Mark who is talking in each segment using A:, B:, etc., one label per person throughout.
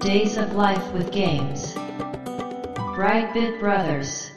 A: Days of Life with Games. Brightbit Brothers.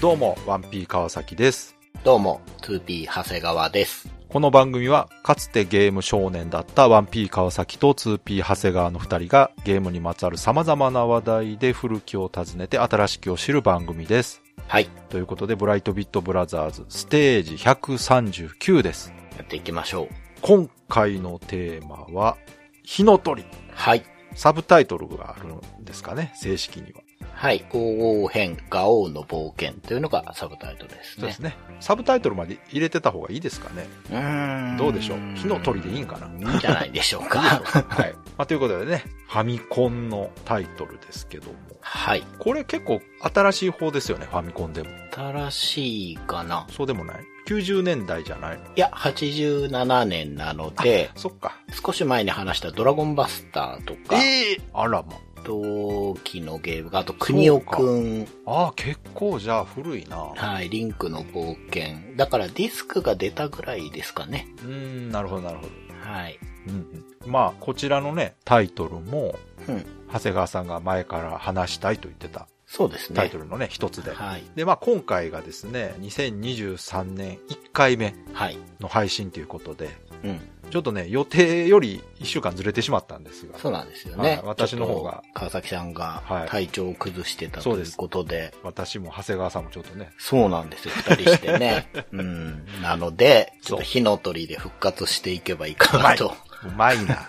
B: どうも、ワンピー川崎です。
C: どうも、2P 長谷川です。
B: この番組は、かつてゲーム少年だったワンピー川崎と 2P 長谷川の二人が、ゲームにまつわる様々な話題で古きを訪ねて新しきを知る番組です。
C: はい、
B: ということで、ブライトビットブラザーズ、ステージ139です。
C: やっていきましょう。
B: 今回のテーマは、火の鳥。
C: はい、
B: サブタイトルがあるんですかね、正式には。
C: はい、皇后編、ガオウの冒険というのがサブタイトルです
B: そう
C: ね
B: で。すね。サブタイトルまで入れてた方がいいですかね。
C: うーん
B: どうでしょう火の鳥でいいんかない
C: いんじゃないでしょ うか。
B: はい。まあ、ということでね、ファミコンのタイトルですけども。
C: はい、
B: これ結構新しい方ですよね、ファミコンでも。
C: 新しいかな。
B: そうでもない ?90 年代じゃない
C: いや、87年なので、
B: そっか。
C: 少し前に話したドラゴンバスターとか、
B: ええあらま。
C: 同期のゲームが、あと、クニオくん、
B: ああ、結構じゃあ古いな。
C: はい、リンクの冒険。だからディスクが出たぐらいですかね。
B: うーん、なるほどなるほど。
C: はい。
B: うん、うん。まあ、こちらのね、タイトルも、
C: うん、
B: 長谷川さんが前から話したいと言ってた
C: そうですね。
B: タイトルのね、一つで。
C: はい。
B: で、まあ今回がですね、2023年1回目
C: はい。
B: の配信ということで、
C: うん。
B: ちょっとね、予定より1週間ずれてしまったんですが、
C: そうなんですよ
B: はい
C: ね。
B: 私の方が
C: ちょっと川崎さんが
B: はい
C: 体調を崩してた
B: そう
C: と
B: で
C: い
B: す
C: うことで、
B: 私も長谷川さんもちょっとね、
C: そうなんですよ、二人し てね。うん。なので、ちょっと火の鳥で復活していけばいいかなと。
B: うまいな。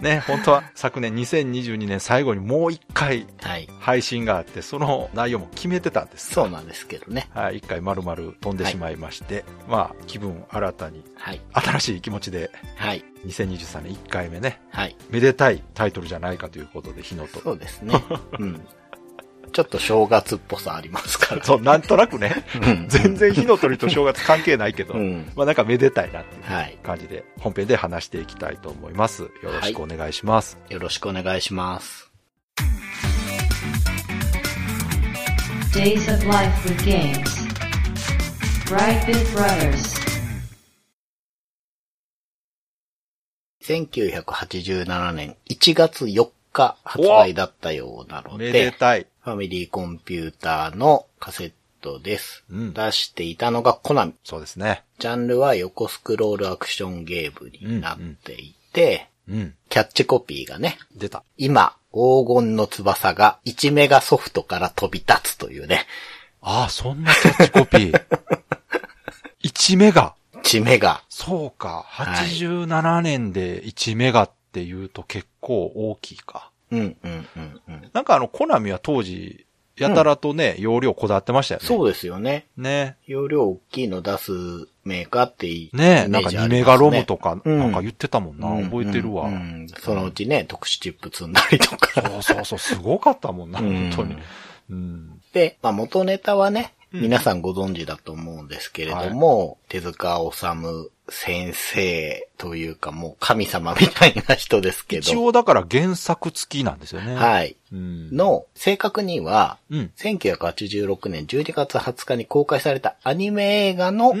B: ね、本当は昨年2022年最後にもう一回
C: はい。
B: 配信があって、その内容も決めてたんです。
C: そうなんですけどね。
B: はい、一回丸々飛んでしまいまして、まあ気分新たに、
C: はい。
B: 新しい気持ちで
C: はい。
B: 2023年1回目ね、
C: はい。
B: めでたいタイトルじゃないかということで、火の鳥。
C: そうで すね。うん。ちょっと正月っぽさありますから。
B: そう、なんとなくね、
C: うん。
B: 全然火の鳥と正月関係ないけど、
C: うん。
B: まあなんかめでたいなっていう
C: はい。
B: 感じで、本編で話していきたいと思います。よろしくお願いします。
C: よろしくお願いします。
A: Days of Life with Games. Brightbit Brothers.
C: 1987年1月4日発売だったようなの
B: めでたい。
C: ファミリーコンピューターのカセットです。
B: うん
C: 出していたのがコナミ。
B: そうですね。
C: ジャンルは横スクロールアクションゲームになっていて、
B: うん。
C: キャッチコピーがね、
B: 出た。
C: 今、黄金の翼が1メガソフトから飛び立つというね、
B: ああ、そんなキャッチコピ ー。1メガ。
C: 1メガ。
B: そうか。
C: はい
B: 87年で1メガっていうと結構大きいか。
C: うんうんうんうん。
B: なんかあの、コナミは当時、やたらとね、容量こだわってましたよね。
C: そうですよね。
B: ね。
C: 容量大きいの出すメーカーっていい
B: ね
C: イメ
B: なん
C: ー
B: か
C: ジあ
B: 2
C: り
B: メ
C: ま
B: ガ
C: すね
B: ロムとか、
C: うん
B: なんか言ってたもんな。覚えてるわ。
C: うんうんうんそのうちね、特殊チップ積んだりとか。
B: そうそうそう、すごかったもんな、
C: うん
B: 本当に。うん。
C: で、まあ、元ネタはね、
B: うん
C: 皆さんご存知だと思うんですけれども、手塚治虫先生というかもう神様みたいな人ですけ
B: 一
C: ど、
B: 応だから原作付きなんですよね。い。
C: はい。
B: うん。、
C: の、正確には、
B: うん。
C: 1986年12月20日に公開されたアニメ映画の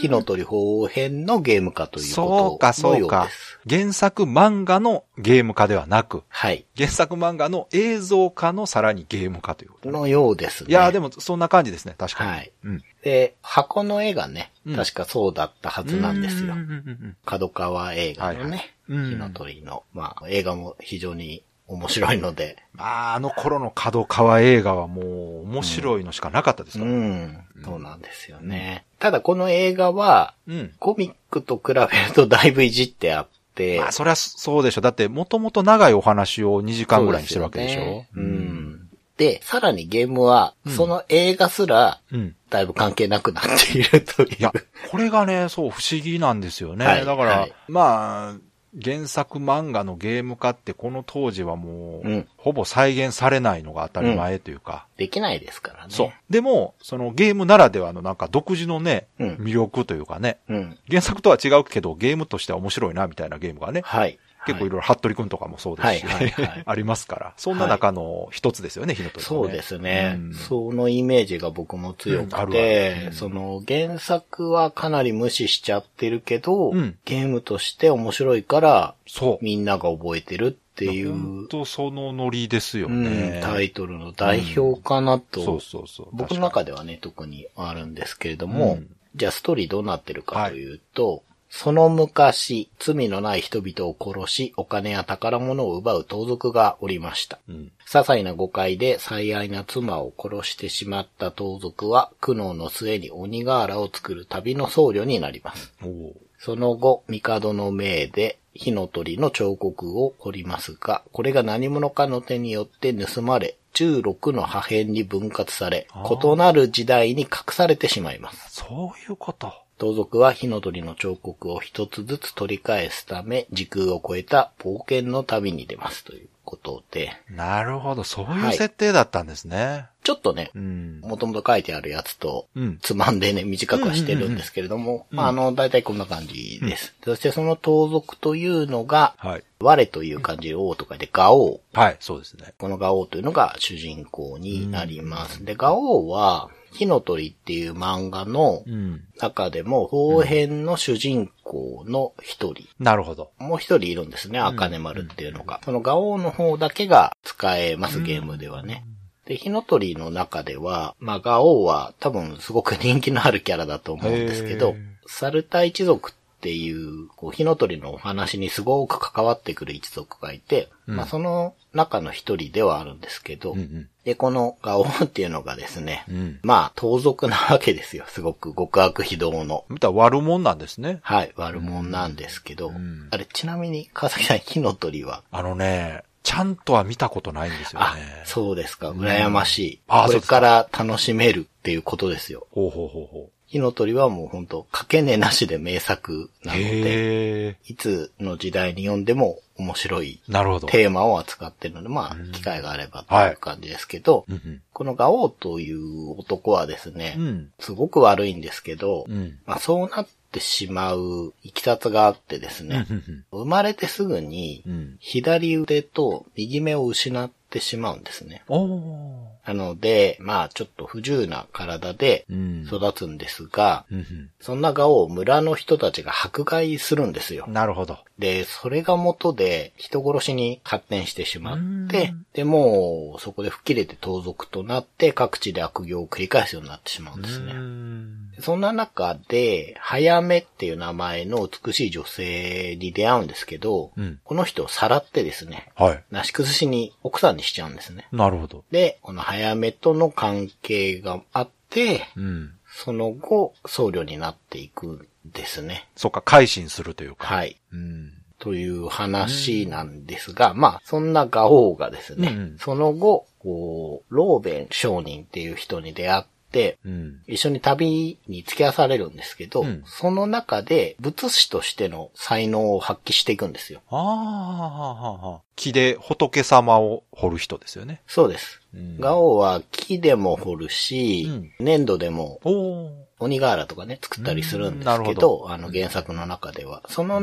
C: 火の鳥鳳凰編のゲーム化という
B: そう
C: こ
B: か、
C: との
B: そう
C: よう
B: か
C: です。。
B: 原作漫画のゲーム化ではなく、
C: はい。
B: 原作漫画の映像化のさらにゲーム化ということね。
C: のようですね。
B: いやーでもそんな感じですね、確かに。
C: はい。
B: うん。
C: で、箱の絵がね
B: うん、
C: 確かそうだったはずなんですよ
B: う。んうんうん
C: 角川映画のね、
B: はいはいうん
C: 火の鳥の、まあ映画も非常に面白いので、
B: まあ、あの頃の角川映画はもう面白いのしかなかったです
C: う
B: から。
C: ん、そうなんですよね。ただこの映画は、
B: うん。
C: コミックと比べるとだいぶいじってあって、
B: まあ、そりゃそうでしょ。だって、もともと長いお話を2時間ぐらいにしてるわけでし
C: そう
B: ょ。
C: すよねうん。で、さらにゲームは、その映画すら、
B: うん。
C: だいぶ関係なくなっているという。
B: いや、これがね、そう、不思議なんですよね。
C: はい
B: だから、
C: はい
B: まあ、原作漫画のゲーム化ってこの当時はもう、
C: うん
B: ほぼ再現されないのが当たり前というか。
C: できないですからね。
B: そう。。でも、そのゲームならではのなんか独自のね、
C: うん
B: 魅力というかね、
C: うん。
B: 原作とは違うけどゲームとしては面白いなみたいなゲームがね、
C: はい。
B: 結構いろいろ服部くんとかもそうですし、
C: はいはいはい
B: ありますから、そんな中の一つですよね、火の鳥はね。
C: そうですね、
B: うん
C: そのイメージが僕も強
B: うんあ
C: く
B: る
C: て
B: あ、るうん
C: その原作はかなり無視しちゃってるけど、
B: うん
C: ゲームとして面白いから、
B: そう。
C: みんなが覚えてるってい
B: 本
C: う、
B: 当そのノリですよ
C: うん
B: ね。
C: タイトルの代表かな
B: そ
C: と
B: う、そうそう。
C: 僕の中ではね、特にあるんですけれども、
B: うん
C: じゃあストーリーどうなってるかというと、その昔、罪のない人々を殺し、お金や宝物を奪う盗賊がおりました。
B: 確かに。うん。
C: 些細な誤解で最愛な妻を殺してしまった盗賊は苦悩の末に鬼瓦を作る旅の僧侶になります。
B: おー
C: その後、帝の命で火の鳥の彫刻を彫りますが、これが何者かの手によって盗まれ、16の破片に分割され
B: あ、ー
C: 異なる時代に隠されてしまいます。
B: そういうこと。
C: 盗賊は火の鳥の彫刻を一つずつ取り返すため、時空を超えた冒険の旅に出ますということで、
B: なるほど。そういう
C: はい
B: 設定だったんですね。
C: ちょっとね、
B: うん。
C: もともと書いてあるやつと、
B: うん。
C: つまんでね、短くはしてるんですけれども、
B: うん
C: まああの、大体こんな感じです。そしてその盗賊というのが、
B: はい。
C: 我という漢字で王とかで、ガオウ。
B: はい、そうですね。
C: このガオウというのが主人公になります。で、ガオウは、火の鳥っていう漫画の
B: うん。
C: 中でも、方編の主人公の一人。
B: なるほど。
C: もう一人いるんですね、アカネ丸っていうのが。そのガオウの方だけが使えます、ゲームではね。で、火の鳥の中では、まあ、ガオウは多分すごく人気のあるキャラだと思うんですけ
B: へ
C: ど
B: ー、
C: サルタ一族っていう、こう、火の鳥のお話にすごく関わってくる一族がいて、
B: うん
C: まあ、その中の一人ではあるんですけど、
B: うん
C: で、このガオウっていうのがですね、
B: うん。うん。
C: まあ、盗賊なわけですよ、すごく極悪非道の。
B: 見たら悪者なんですね。
C: はい、悪者なんですけど、
B: ん
C: あれ、ちなみに、川崎さん、火の鳥は、
B: あのね、ちゃんとは見たことないんですよ
C: あ
B: ね、。
C: そうですか、羨ましい。
B: あ
C: こ
B: そう
C: れ
B: ですか
C: から楽しめるっていうことですよ。
B: ほうほうほうほ
C: 火の鳥はもう本当かけねなしで名作
B: う。
C: なので、
B: へえ。
C: いつの時代に読んでも面白い
B: なるほど。
C: テーマを扱ってるので、ま
B: うん
C: あ、機会があればという感じですけど、
B: うん
C: このガオウという男はですね、
B: うん。
C: すごく悪いんですけど、
B: うん。うん。
C: まあ、そうなってしまういきさつがあってです
B: うん
C: ね、生まれてすぐに
B: うん。うん。
C: 左腕と右目を失ってしまうんですね。
B: おー。
C: なので、まあちょっと不自由な体で
B: うん。
C: 育つんですが、
B: うん
C: そんな顔を村の人たちが迫害するんですよ
B: うん。。なるほど。
C: で、それが元で人殺しに発展してしまって
B: うん、
C: で、もうそこで吹っ切れて盗賊となって各地で悪行を繰り返すようになってしまうんですね。
B: ね。
C: そんな中で、早めっていう名前の美しい女性に出会うんですけど、
B: うん
C: この人をさらってですね、
B: はい。
C: なし崩しに奥さんにしちゃうんですね。
B: なるほど。
C: で、この早めとの関係があって、
B: うん。
C: その後、僧侶になっていくんですね。
B: そっか、改心するというか。
C: はい。
B: うん。
C: という話なんですが、まあ、そんなガオウがですね、
B: うんうん
C: その後、こう、ローベン商人っていう人に出会って、
B: うん。
C: 一緒に旅に付き合わされるんですけど、
B: うん
C: その中で仏師としての才能を発揮していくんですよ。
B: ああ、はあはあはあ。木で仏様を掘る人ですよね。
C: そうです。
B: うん
C: ガオは木でも掘るし、粘土でも
B: おお。
C: 鬼瓦とかね、作ったりするんで
B: うん
C: す
B: なる
C: け
B: ほ
C: ど、
B: ど
C: あの原作の中では。その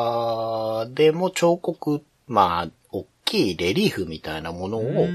C: 中でも彫刻、まあ、大きいレリーフみたいなものを、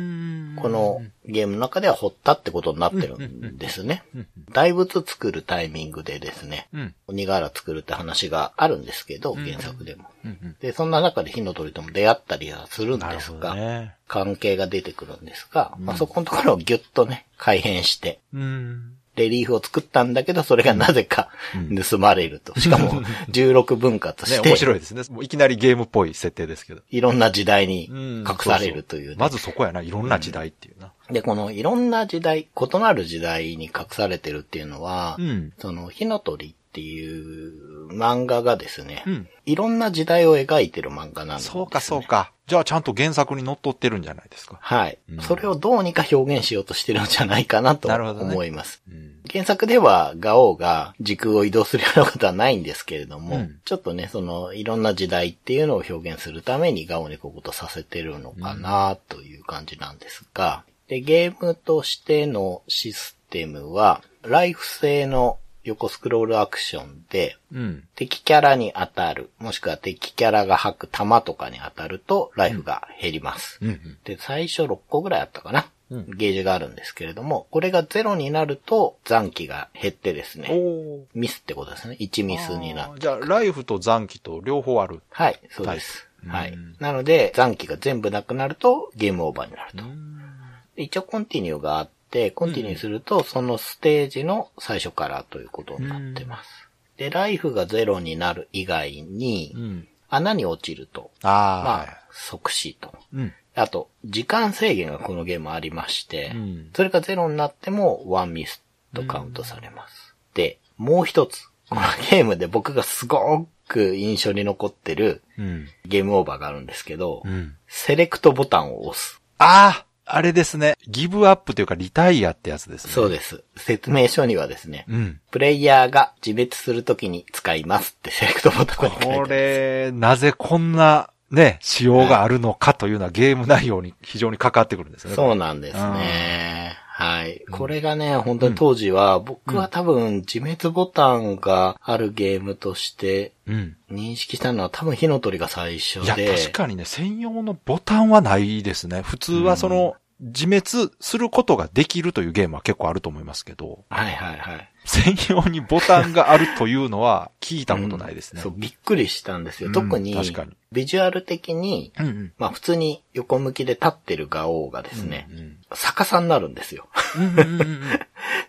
C: このゲームの中では掘ったってことになってるんですね
B: うんうん。
C: 大仏作るタイミングでですね、
B: うん。
C: 鬼瓦作るって話があるんですけど、
B: ん
C: 原作でも。
B: うん。うん。
C: で、そんな中で火の鳥とも出会ったりはするん
B: なる
C: です
B: ほど
C: が、
B: ね。
C: 関係が出てくるんですが、まあそこのところをギュッとね、改変して、
B: うん。
C: レリーフを作ったんだけど、それがなぜか
B: うん
C: 盗まれ ると。しかも、16分割
B: ね
C: し、て、
B: 面白いですね。もういきなりゲームっぽい設定ですけど。
C: いろんな時代に
B: うん
C: 隠されるという,、
B: そ
C: ね
B: そまずそこやな。いろんな時代っていうな。
C: で、このいろんな時代、異なる時代に隠されてるっていうのは、
B: ん。
C: その、火の鳥っていう漫画がですね、
B: うん。
C: いろんな時代を描いてる漫画なんです、ね。
B: そうか、そうか。じゃあ、ちゃんと原作に則っってるんじゃないですか。
C: はい、
B: うん
C: それをどうにか表現しようとしてるんじゃないかなと
B: なるほどね
C: 思います。
B: うん。
C: 原作ではガオウが時空を移動するようなことはないんですけれども、
B: うん
C: ちょっとね、その、いろんな時代っていうのを表現するためにガオウにこういうことさせてるのかなという感じなんですが、で、ゲームとしてのシステムは、ライフ制の横スクロールアクションで、
B: うん。
C: 敵キャラに当たる、もしくは敵キャラが吐く弾とかに当たると、ライフが減ります。
B: うん。
C: で、最初6個ぐらいあったかな。
B: うん
C: ゲージがあるんですけれども、これが0になると残機が減ってです
B: お
C: ね、
B: お。
C: ミスってことですね。1ミスに
B: あ
C: なる
B: ー。じゃあ、ライフと残機と両方ある。
C: はい、そうです。
B: は
C: はいい
B: うん。
C: なので、残機が全部なくなるとゲームオーバーになると。
B: ん。
C: で一応コンティニューがあって、コンティニューするとそのステージの最初からということになってます。で、ライフが0になる以外に
B: う、ん。
C: 穴に落ちると、
B: ああ。
C: まあ、即死と。
B: うん。
C: あと、時間制限がこのゲームありまして、
B: うん
C: それがゼロになってもワンミスとカウントされます。で、もう一つ、このゲームで僕がすごく印象に残ってる
B: うん。
C: ゲームオーバーがあるんですけど、
B: うん。
C: セレクトボタンを押す。
B: あああれですね。ギブアップというか、リタイアってやつですね。
C: そう
B: で
C: です。説明書にはですね、
B: うん。
C: プレイヤーが自滅するときに使いますってセレクトボタンに書いてあ
B: こ
C: る。
B: れ、なぜこんな、ね、仕様があるのかというのはゲーム内容に非常にかかってくるんですよね。
C: そうなんですね。はい。これがね、本当に当時は、僕は多分、自滅ボタンがあるゲームとして
B: うん。
C: 認識したのは多分火の鳥が最初
B: いや、
C: で。
B: 確かにね、専用のボタンはないですね。普通はその、自滅することができるというゲームは結構あると思いますけど、
C: はいはいはい。
B: 専用にボタンがあるというのは聞いたことないですね。
C: そう、びっくりしたんです
B: う
C: よ。
B: ん
C: 特に、
B: 確かに
C: ビジュアル的に、
B: うんうん。
C: まあ普通に横向きで立ってるガオがですね、逆さになるんですよ。
B: うんうんうんうん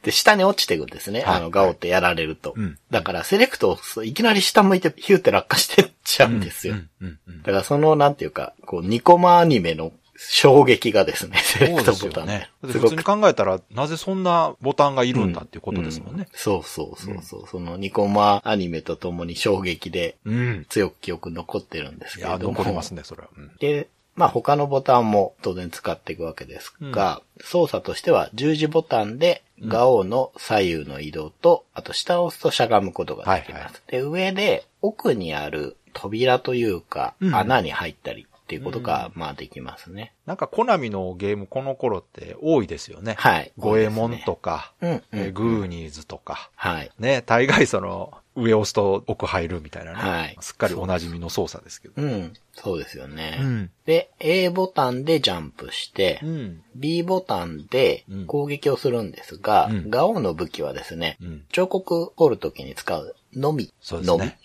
C: で、下に落ちていくんですね。
B: はい
C: あの、ガオってやられると。
B: うん
C: だから、セレクトを押すといきなり下向いて、ヒューって落下してっちゃうんですよ。
B: うんうんうん
C: だからその、なんていうか、こう、ニコマアニメの衝撃がですね、セレ
B: そう
C: ク
B: で
C: ト
B: す
C: ボ
B: よ
C: タンで
B: ね。だっ
C: す
B: て
C: ご
B: 普
C: く
B: 通に考えたら、なぜそんなボタンがいるんだっていうことですもんね。
C: そうそうそうそう。そのニコマアニメとともに衝撃で
B: うん。
C: 強く記憶に残ってるんです
B: い
C: けれ
B: や、
C: ども。
B: 残りますね、それは。うん
C: で、まあ他のボタンも当然使っていくわけですが、操作としては十字ボタンでガオの左右の移動と、あと下を押すとしゃがむことができ
B: は
C: ます。
B: いはい
C: で、上で奥にある扉というか、
B: うん
C: 穴に入ったりっていうことが、まあできますね。
B: なんか、コナミのゲーム、この頃って多いですよね。
C: はい
B: ゴエモンとか、
C: うん、うん。
B: えーグーニーズとか。
C: はい。
B: ね、大概その、上押すと奥入るみたいなね。
C: はい
B: すっかりおなじみの操作ですけど。
C: うん。そうですよね。
B: うん
C: で、A ボタンでジャンプして、
B: ん。
C: B ボタンで
B: うん
C: 攻撃をするんですが、
B: うん
C: ガオの武器はですね、
B: うん。
C: 彫刻掘るときに使うのみ。
B: そうですね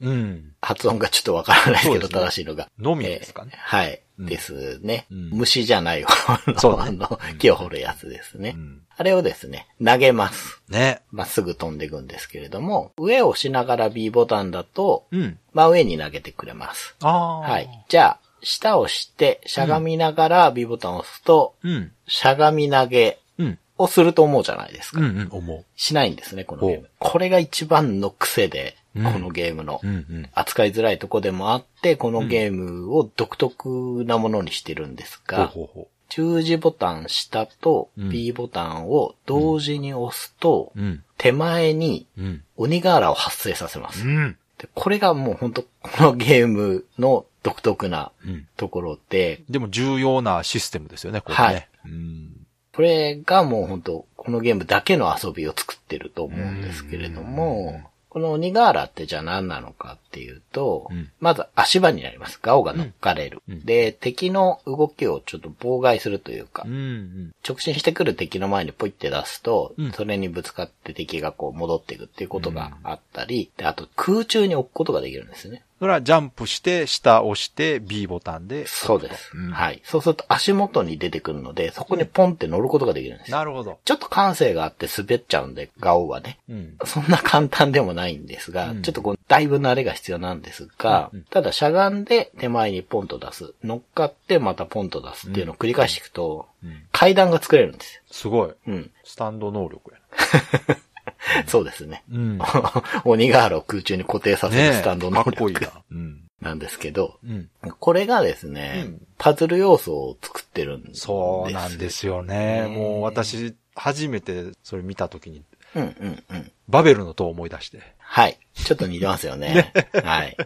C: のみ。
B: うん。
C: 発音がちょっとわからないですけ
B: そ
C: ど、
B: うですね
C: 正しいのが。
B: のみですかね
C: えーはい。
B: うん
C: ですね、
B: うん
C: 虫じゃない方の、
B: そうだ
C: あ
B: ね
C: の、木を掘るやつですね、
B: うん
C: あれをですね、投げます。
B: ね。
C: まっすぐ飛んでいくんですけれども、上を押しながら B ボタンだと、
B: うん。
C: 真上に投げてくれます。
B: ああ。
C: はい。。じゃあ、下を押して、しゃがみながら B ボタンを押すと、
B: うん。
C: しゃがみ投げ
B: うん。
C: をすると思うじゃないです
B: う
C: か。
B: んうん。思
C: しないんですね、このゲー
B: ほう
C: ム。これが一番の癖で、
B: うん
C: このゲームの
B: う。うんうん。
C: 扱いづらいとこでもあって、このゲームを独特なものにしてるんです
B: ほう
C: が、
B: ほうほ
C: 十字ボタン下と
B: うん
C: B ボタンを同時に押すと
B: う。、うん。
C: 手前に
B: うん。
C: 鬼瓦を発生させます。
B: ん。
C: でこれがもう本当このゲームの独特な
B: うん。
C: ところで、
B: でも重要なシステムですよね、これね。
C: はい。
B: うん。
C: これがもう本当このゲームだけの遊びを作ってると思うんですけれども、この鬼瓦ってじゃあ何なのかっていうと、
B: うん
C: まず足場になります。ガオが乗っかれる、
B: うんうん
C: で、敵の動きをちょっと妨害するというか、
B: うんうん。
C: 直進してくる敵の前にポイって出すと、
B: うん
C: それにぶつかって敵がこう戻っていくっていうことがあったり、であと空中に置くことができるんですね。
B: それはジャンプして、下押して B ボタンで。
C: そうです、
B: うん
C: はい。そうすると足元に出てくるので、そこにポンって乗ることができるんです。
B: なるほど。
C: ちょっと感性があって滑っちゃうんで、ガオはね。
B: うん。
C: そんな簡単でもないんですが、
B: うん
C: ちょっとこう、だいぶ慣れが必要なんですが、
B: うんうん
C: ただしゃがんで手前にポンと出す、乗っかってまたポンと出すっていうのを繰り返していくと、
B: うん
C: 階段が作れるんですよ。
B: すごい。
C: うん。
B: スタンド能力や
C: そうですね。
B: な。うん。
C: 鬼ガールを空中に固定させるスタンド能
B: かっこいい
C: 力
B: な。うん。
C: なんですけど、
B: うん。
C: これがですね、
B: うん
C: パズル要素を作ってるんです。。
B: そうなんですすよね。
C: ね
B: もう私、初めてそれ見たときに、
C: うんうんうん。
B: バベルの塔を思い出して。
C: はい。ちょっと似てますよね。はい。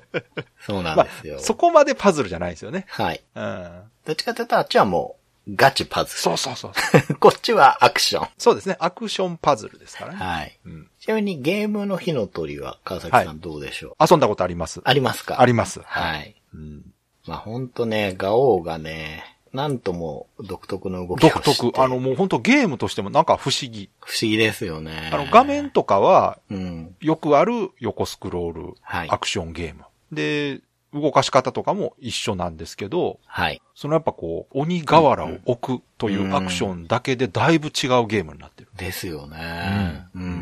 C: そうな ん
B: まあ
C: ですよ。、
B: そこまでパズルじゃないですよね。
C: はい。
B: うん。
C: どっちかというと、あっちはもガチパズ
B: そうそうそう。
C: ル。こっちはアクション。
B: そうですね。アクションパズルですからね。
C: はい。
B: うん
C: ちなみにゲームの火の鳥は川崎さ
B: は
C: んどうでしょう、
B: 遊んだことあります。
C: ありますか
B: あります。
C: はい。
B: うん
C: まあほんとね、ガオウがね、なんとも独特の動きをして
B: 独特。あの、もう本当ゲームとしてもなんか不思議。
C: 不思議ですよね。
B: あの、画面とかは
C: うん。
B: よくある横スクロール、
C: はい
B: アクションゲーム。で、動かし方とかも一緒なんですけど、
C: はい。
B: そのやっぱこう、鬼瓦を置くとい
C: んう
B: うんアクションだけでだいぶ違うゲームになってる。
C: ですよね。
B: う
C: うんん。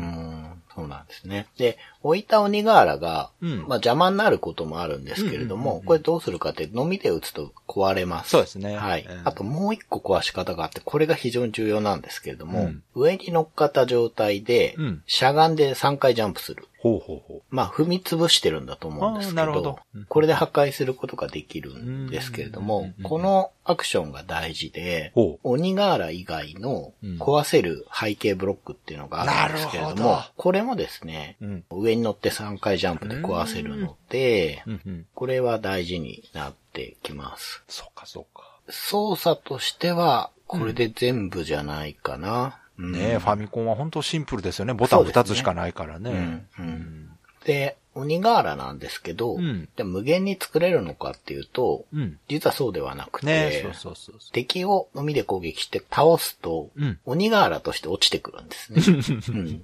C: そうなんですね。で、置いた鬼瓦が、
B: うん
C: まあ邪魔になることもあるんですけれども、
B: うんうんうんうん
C: これどうするかって、のみで打つと壊れます。
B: そうですね
C: はい。
B: うん
C: あともう一個壊し方があって、これが非常に重要なんですけれども、
B: うん
C: 上に乗っかった状態で、
B: うん
C: しゃがんで3回ジャンプする。
B: ほうほうほ
C: まあ、踏み潰してるんだと思うんですけど、
B: あーなるほどうん
C: これで破壊することができるんですけれど
B: うんうん
C: も
B: うんう、ん
C: このアクションが大事で、
B: ほう
C: 鬼瓦以外の
B: うん
C: 壊せる背景ブロックっていうのがあるんですけれど
B: なる
C: も、
B: ほど
C: これもですね、
B: う。うん。
C: 上に乗って3回ジャンプで壊せるので、
B: うんうん。
C: これは大事になってきます。
B: そうかそうか。
C: 操作としては、これで全部じゃないかな。うん
B: ねえ、ファミコンは本当シンプルですよね。ボタン
C: そうですね
B: 2つしかないからね。
C: うんうんで、鬼瓦なんですけど、
B: うん
C: じゃあ無限に作れるのかっていうと、
B: うん。
C: 実はそうではなくて、
B: ねえ、そうそうそうそ
C: 敵をのみで攻撃して倒すと、
B: う。うん。
C: 鬼瓦として落ちてくるんですね。うん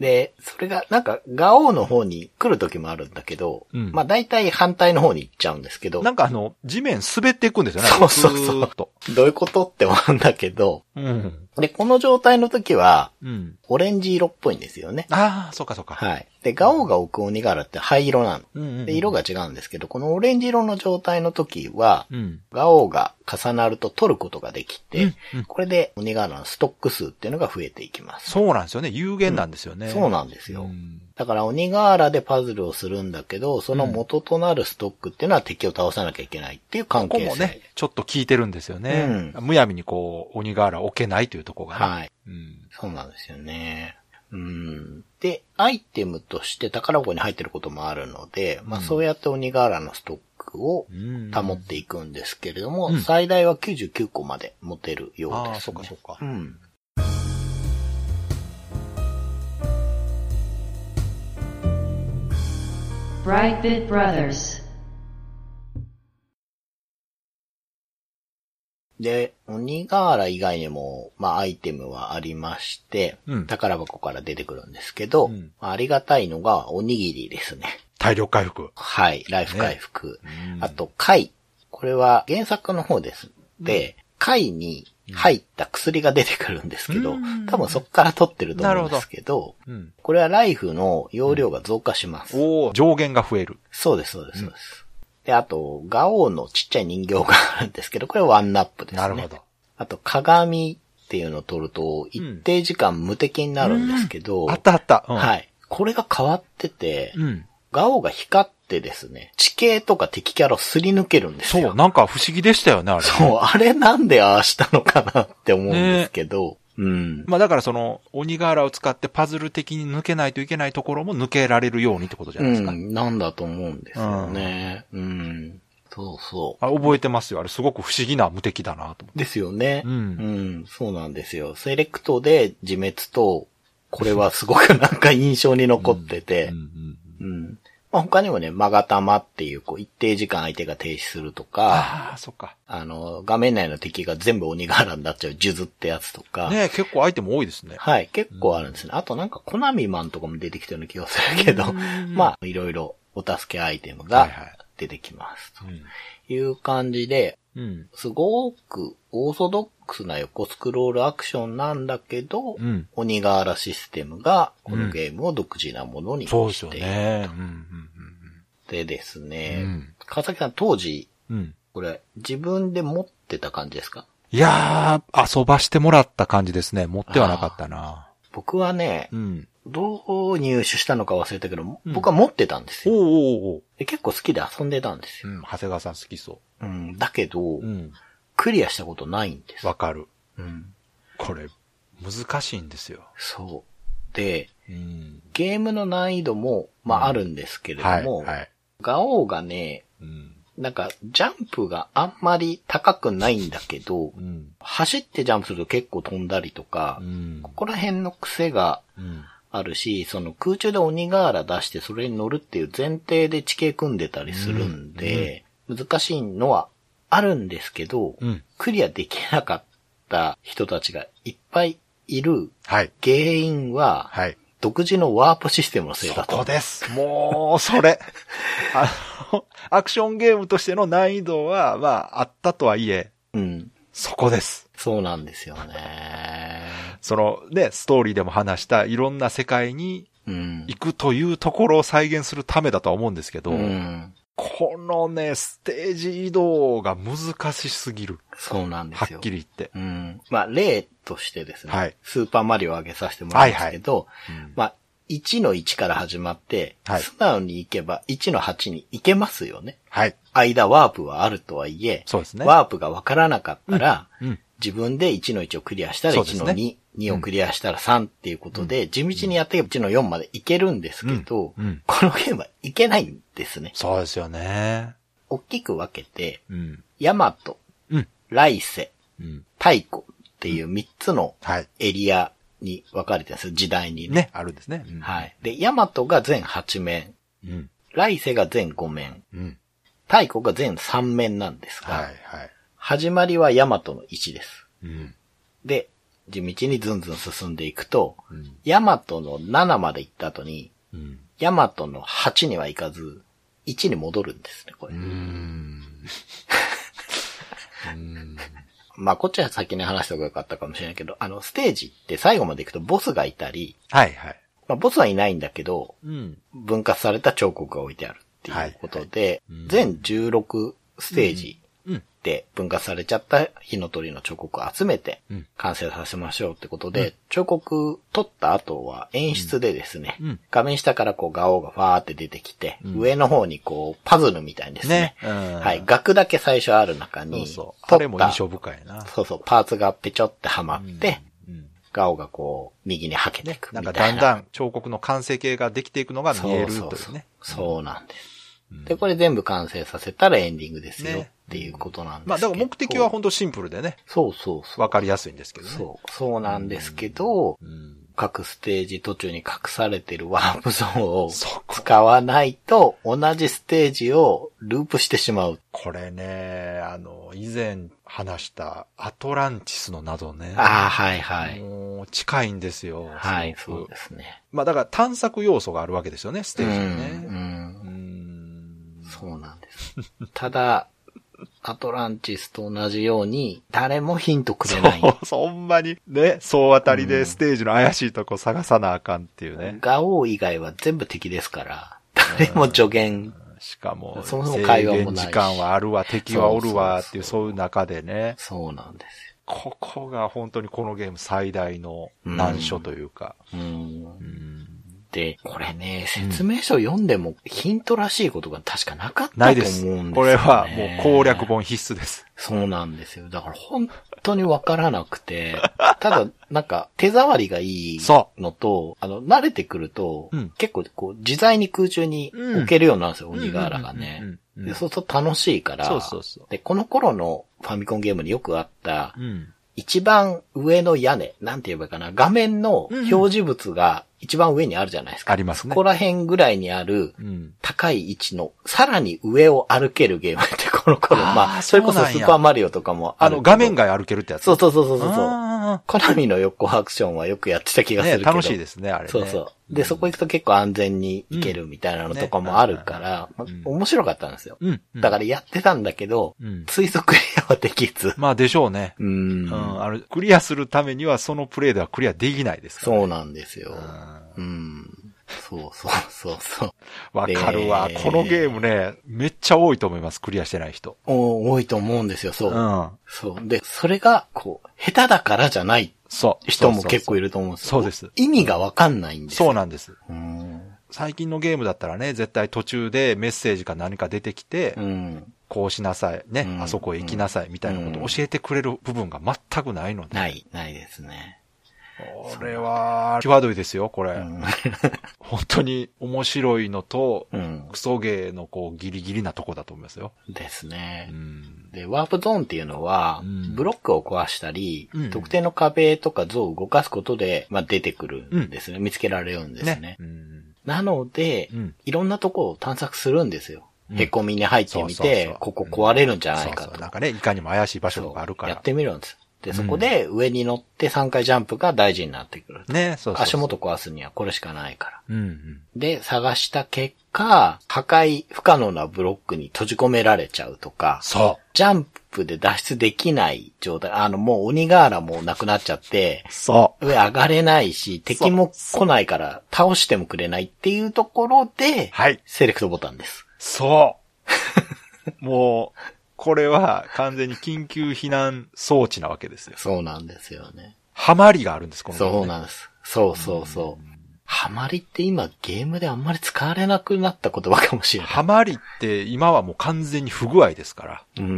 C: で、それが、なんか、ガオーの方に来る時もあるんだけど、
B: うん
C: まあ大体反対の方に行っちゃうんですけど、
B: なんかあの、地面滑っていくんですよね。
C: そうそうそう
B: ずーっと。
C: どういうことって思うんだけど、
B: うん。
C: で、この状態の時は、
B: うん。
C: オレンジ色っぽいんですよね。
B: ああ、そうかそうか。
C: はい。で、ガオーが置く鬼瓦って灰色なの。
B: うんうんうん
C: で、色が違うんですけど、このオレンジ色の状態の時は、
B: うん。
C: ガオが重なると取ることができて、
B: うんうん
C: これで鬼ガーラのストック数っていうのが増えていきます。
B: そうなんですよね。有限なんですよね。
C: そう
B: で
C: なんですよ。
B: ん
C: だから鬼ガーラでパズルをするんだけど、その元となるストックっていうのは敵を倒さなきゃいけないっていう関
B: ここ
C: 係性。
B: もね、ちょっと効いてるんですよね。
C: う
B: むやみにこう、鬼瓦置けないというところがね。
C: はい。
B: うん。
C: そうなんですよね。うん。で、アイテムとして宝箱に入ってることもあるので、まあそうやって鬼ガーラのストックを
B: うん
C: 保っていくんですけれども、
B: うん
C: 最大は99個まで持てるようです、ね。
B: ああ、そうかそうか
C: う。ん。
A: Brightbit Brothers.
C: で、鬼瓦以外にも、まあ、アイテムはありまして、
B: うん
C: 宝箱から出てくるんですけど、
B: うん
C: まあありがたいのが、おにぎりですね。
B: 体力回復。
C: はい、ライフ回復。
B: うん
C: あと、貝。これは原作の方です。で、貝に入った薬が出てくるんですけど、
B: うん
C: 多分そこから取ってると思うんですけど、
B: うん。
C: これはライフの容量が増加します。
B: おー上限が増える。
C: そうです、そうです、そうです。で、あと、ガオウのちっちゃい人形があるんですけど、これはワンナップですね。
B: なるほど。
C: あと、鏡っていうのを取ると、一定時間無敵になるんですけど、
B: あったあった。うん
C: はい。これが変わってて、
B: うん。
C: ガオが光ってですね、地形とか敵キャラをすり抜けるんです
B: そう、
C: よ。
B: なんか不思議でしたよね、あれ。
C: そう、あれなんでああしたのかなって思うんですけど、うん。
B: まあだからその、鬼瓦を使ってパズル的に抜けないといけないところも抜けられるようにってことじゃないですか。
C: うん、なんだと思うんですよね。うん。そうそ
B: あれ覚えてますよ。あれすごく不思議な無敵だなと思
C: う。ですよね。
B: うん
C: うん、そうなんですよ。セレクトで自滅と、これはすごくなんか印象に残ってて、
B: って。うんうん
C: うん。まあ、他にもね、マガタマっていう、こう、一定時間相手が停止するとか、
B: ああ、そっか。
C: あの、画面内の敵が全部鬼柄になっちゃう、数珠ってやつとか、
B: ねえ結構アイテム多いですね。
C: はい、結構あるんですね。あとなんか、コナミマンとかも出てきたような気がするけど、まあ、いろいろお助けアイテム
B: は
C: が
B: いはい
C: 出てきます。
B: うん
C: という感じで、
B: うん。
C: すごくオーソドックスな横スクロールアクションなんだけど、
B: うん。
C: 鬼柄システムが、このゲームを独自なものにしてい
B: そう
C: る
B: ですよね。うんうん
C: でですね、
B: うん
C: 川崎さん当時、
B: うんうん。
C: これ、自分で持ってた感じですか
B: いやー、遊ばしてもらった感じですね。持ってはなかったな。
C: 僕はね、
B: うん。
C: どう入手したのか忘れたけど、
B: うん
C: 僕は持ってたんです
B: おう
C: よ。
B: おうおう
C: で結構好きで遊んでたんです
B: う
C: よ。
B: ん、長谷川さん好きそ
C: うん、だけど、
B: う。うん。
C: クリアしたことないんです。
B: わかる。
C: うん、
B: これ、難しいんですよ。
C: そう。で、
B: うん。
C: ゲームの難易度も、まああるんですけれども、
B: はい。はい。
C: ガオウがね、
B: うん。
C: なんか、ジャンプがあんまり高くないんだけど
B: う、ん。
C: 走ってジャンプすると結構飛んだりとか、
B: うん
C: こ。こら辺の癖が
B: うん。
C: あるし、その空中で鬼瓦出してそれに乗るっていう前提で地形組んでたりするんで、難しいのはあるんですけど、
B: うん。
C: クリアできなかった人たちがいっぱいいる
B: はい。
C: 原因は、
B: はい。
C: 独自のワープシステムのせい
B: そ
C: だ。
B: ことです。 もう、それ。 あの、アクションゲームとしての難易度は、まあ、あったとはいえ、
C: うん。
B: そこです。
C: そうなんですよね。
B: その、ね、ストーリーでも話した、いろんな世界に
C: うん。
B: 行くというところを再現するためだとは思うんですけど、
C: うん。
B: このね、ステージ移動が難しすぎる。
C: そうなんで
B: は
C: すよ。
B: っきり言って。
C: うん。まあ、例としてですね、
B: はい
C: スーパーマリオを挙げさせてもらうんですけど、
B: うん
C: まあ、1の1から始まって、
B: はい
C: 素直に行けば1の8に行けますよね。
B: はい。
C: 間ワープはあるとはいえ、
B: そうですね。
C: ワープがわからなかったら、
B: うん。
C: 自分で1の1をクリアしたら
B: そうです
C: 1
B: ね
C: の2、2をクリアしたら3っていうことで、地道にやっていけば1の4まで行けるんですけど、
B: うんうん
C: このゲームは行けないんですね。
B: そうですよね。
C: 大きく分けて、
B: うん。
C: ヤマト、
B: うん。
C: 来世、
B: うん。
C: 太古っていう3つの
B: はい。
C: エリアに分かれてるんですよ時代にね。
B: ね、あるんですね。うん
C: はい。で、ヤマトが全8面、
B: うん。
C: 来世が全5面、
B: うん。
C: 太古が全3面なんですが、
B: はい、はい。
C: 始まりはヤマトの1です。
B: うん。
C: で、地道にずんずん進んでいくと、
B: うん。
C: ヤマトの7まで行った後に、
B: うん。
C: ヤマトの8には行かず、1に戻るんですね、これ。
B: うーん。うーん
C: まあ、こっちは先に話した方が良かったかもしれないけど、あの、ステージって最後まで行くとボスがいたり、
B: はい、はい。
C: まあ、ボスはいないんだけど、
B: うん。
C: 分割された彫刻が置いてあるっていうことで、
B: はいはいうん
C: 全16ステージ
B: うん。
C: で分割されちゃった火の鳥の彫刻を集めて
B: うん
C: 完成させましょうってことで、彫刻取った後は演出でですね、
B: うんうん
C: 画面下からこうガオがファーって出てきて、
B: うん
C: 上の方にこうパズルみたいにですね
B: ね。うん
C: はい、額だけ最初ある中
B: そう
C: に、
B: そう。あ
C: 取
B: れ
C: っ
B: も
C: た
B: 印象深いな。
C: そうそう、パーツがペチョってはまって、
B: うん、うん
C: ガオがこう右にはけてい
B: ね、
C: く
B: な
C: み
B: ん
C: た
B: か
C: いな。
B: だんだん彫刻の完成形ができていくのが見えるというね。
C: そうそうそうそうなんです。
B: うん
C: で、これ全部完成させたらエンディングですよ
B: ね
C: っていうことなんですけど。
B: まあ、だから目的は本当シンプルでね、
C: そうそうそう。
B: わかりやすいんですけどね。
C: そう、そうなんですけど、
B: うん。
C: 各ステージ途中に隠されてるワープゾーンを
B: そこ。
C: 使わないと同じステージをループしてしまう。
B: これね、あの、以前話したアトランティスの謎ね。
C: ああ、はいはい。
B: もう近いんですよ。
C: はい、
B: すごく
C: そうですね。
B: まあだから探索要素があるわけですよね、ス
C: う
B: テ
C: ん、
B: ー
C: う。
B: ジにね。うんん
C: そうなんです。ただ、アトランティスと同じように、誰もヒントくれない。
B: そう、そんなにね、総当たりでステージの怪しいとこ探さなあかんっていうね。
C: ガオウ以外は全部敵ですから、誰も助言。
B: しかも、
C: そもそも会話もな
B: 制
C: いし
B: 限時間はあるわ、敵はおるわっていう、
C: そう
B: そういう中でね、
C: そうなんです
B: ここが本当にこのゲーム最大の難所というか。
C: よ。うん
B: うん
C: で、これね、説明書読んでもヒントらしいことが確かなかったと思
B: な
C: う
B: い
C: んで
B: ですす
C: よ、ね。
B: これはもう攻略。本必須です。
C: そうなんですよ。だから本当にわからなくて、 ただ、なんか手触りがいい
B: そ
C: のと、あの、慣れてくると、
B: うん
C: 結構こう、自在に空中に
B: うん
C: 置けるようになるんですよ、鬼瓦が
B: う
C: ね
B: ん。うんうんうん
C: でそうすると楽しいから、
B: そうそうそう
C: で、この頃のファミコンゲームによくあった、
B: うん。
C: 一番上の屋根、なんて言えばいいかな、画面の表示物が一番上にあるじゃないですか。
B: ありますね
C: ここら辺ぐらいにある
B: うん。
C: 高い位置のさらに上を歩けるゲームってこの頃、
B: あー
C: まあ、それこ
B: そう
C: そ
B: なん
C: ス
B: や
C: ーパーマリオとかも
B: あ
C: る
B: の、
C: けど
B: 画面。外歩けるってやつ。
C: そうそうそうそうそう。
B: あ
C: コナミの横アクションはよくやってた気
B: ー
C: がす
B: ね
C: るけど。
B: 楽しいですね、あれね。
C: そうそう。で、そこ行くと結構安全に行けるみたいなのとかもあるから、
B: うんね
C: まあ面白かったんですよ。
B: うん。うん。
C: だからやってたんだけど、
B: うん。
C: 推測はできず。
B: まあでしょうね。
C: う。
B: うんん。あの、クリアするためにはそのプレイではクリアできないですからね。
C: そうなんですよ。
B: うん
C: うん。そうそうそうそう。
B: わかるわ
C: ね。え
B: このゲームね、めっちゃ多いと思います、クリアしてない人。
C: お多いと思うんですよ、そうう。
B: ん。
C: そう。で、それが、こう、下手だからじゃない
B: そう。
C: 人も結構い
B: る。
C: ると思うんですよ
B: そうです
C: 意味がわかんないんですよ。
B: そうなんです。
C: うん。
B: 最近のゲームだったらね、絶対途中でメッセージか何か出てきて、
C: うん。
B: こうしなさい、ね、
C: うん
B: あそこへ行きなさい、みたいなこと
C: う
B: を
C: ん
B: 教えてくれる部分が全くないので。
C: ない、ないですね。
B: これは、際どいですよ、これ。
C: うん。
B: 本当に面白いのと、
C: うん
B: クソゲーのこうギリギリなとこだと思いますよ。
C: です
B: う
C: ね。
B: ん。
C: で、ワープゾーンっていうのは
B: うん、
C: ブロックを壊したり、
B: うん
C: 特定の壁とか像を動かすことで、まあ、出てくるんですね、見つけられるんですね。
B: うん。
C: なので、
B: うん
C: いろんなとこを探索するんですよ。
B: うん
C: へこみに入ってみ
B: そうそうそ
C: て
B: う、
C: ここ壊れるんじゃな
B: そ
C: いうか
B: そう。
C: と
B: なん。かね、いかにも怪しい場所
C: そ
B: があるか
C: う。
B: ら。
C: やってみるんです。で、
B: ん
C: そこで上に乗って3回ジャンプが大事になってくる。
B: ね、そうそうそう
C: 足。元壊すにはこれしかないから。
B: うん、うん。
C: で、探した結果、破壊不可能なブロックに閉じ込められちゃうとか、
B: そ
C: ジャンプで脱出できない状態、あの、もう鬼瓦もなくなっちゃって、
B: う。そ
C: 上上がれないし、敵も来ないから倒してもくれないっていうところで、
B: う。はい。
C: セレクトボタンです。
B: そうもう、 これは完全に緊急避難装置なわけですよ。
C: そうなんですよね。
B: ハマりがあるんです、この、ね。
C: そうなんです。そうそうそう。ハマりって今ゲームであんまり使われなくなった言葉かもしれない。
B: ハマりって今はもう完全に不具合ですから、
C: うんう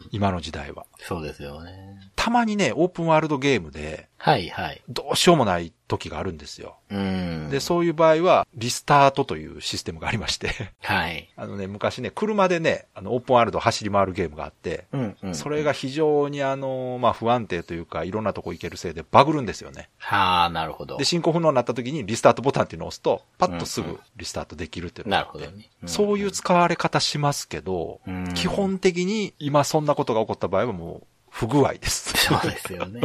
C: ん。
B: 今の時代は。
C: そうですよね。
B: たまにね、オープンワールドゲームで、
C: はいはい。
B: どうしようもない時があるんですよ。
C: うん。
B: で、そういう場合は、リスタートというシステムがありまして、
C: はい。
B: あのね、昔ね、車でね、あの、オープンワールド走り回るゲームがあって、
C: うんうん。
B: それが非常にあの、まあ、不安定というか、いろんなとこ行けるせいでバグるんですよね。
C: はあ、なるほど
B: で、。進行不能になった時にリスタートボタンっていうのを押すと、パッとすぐリスタートできるっていうのが
C: な
B: あ
C: る
B: っ
C: ほ
B: て
C: どね。
B: そういう使われ方しますけど、
C: うん
B: 基本的に今そんなことが起こった場合はもう不具合です。
C: そうですよね。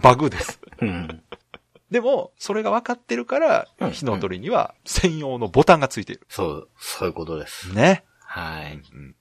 B: バグです。
C: うん。
B: でも、それが分かってるから
C: う、ん
B: 火の鳥には専用のボタンがついてる。
C: そう、そういうことです。
B: ね。
C: はい。
B: うん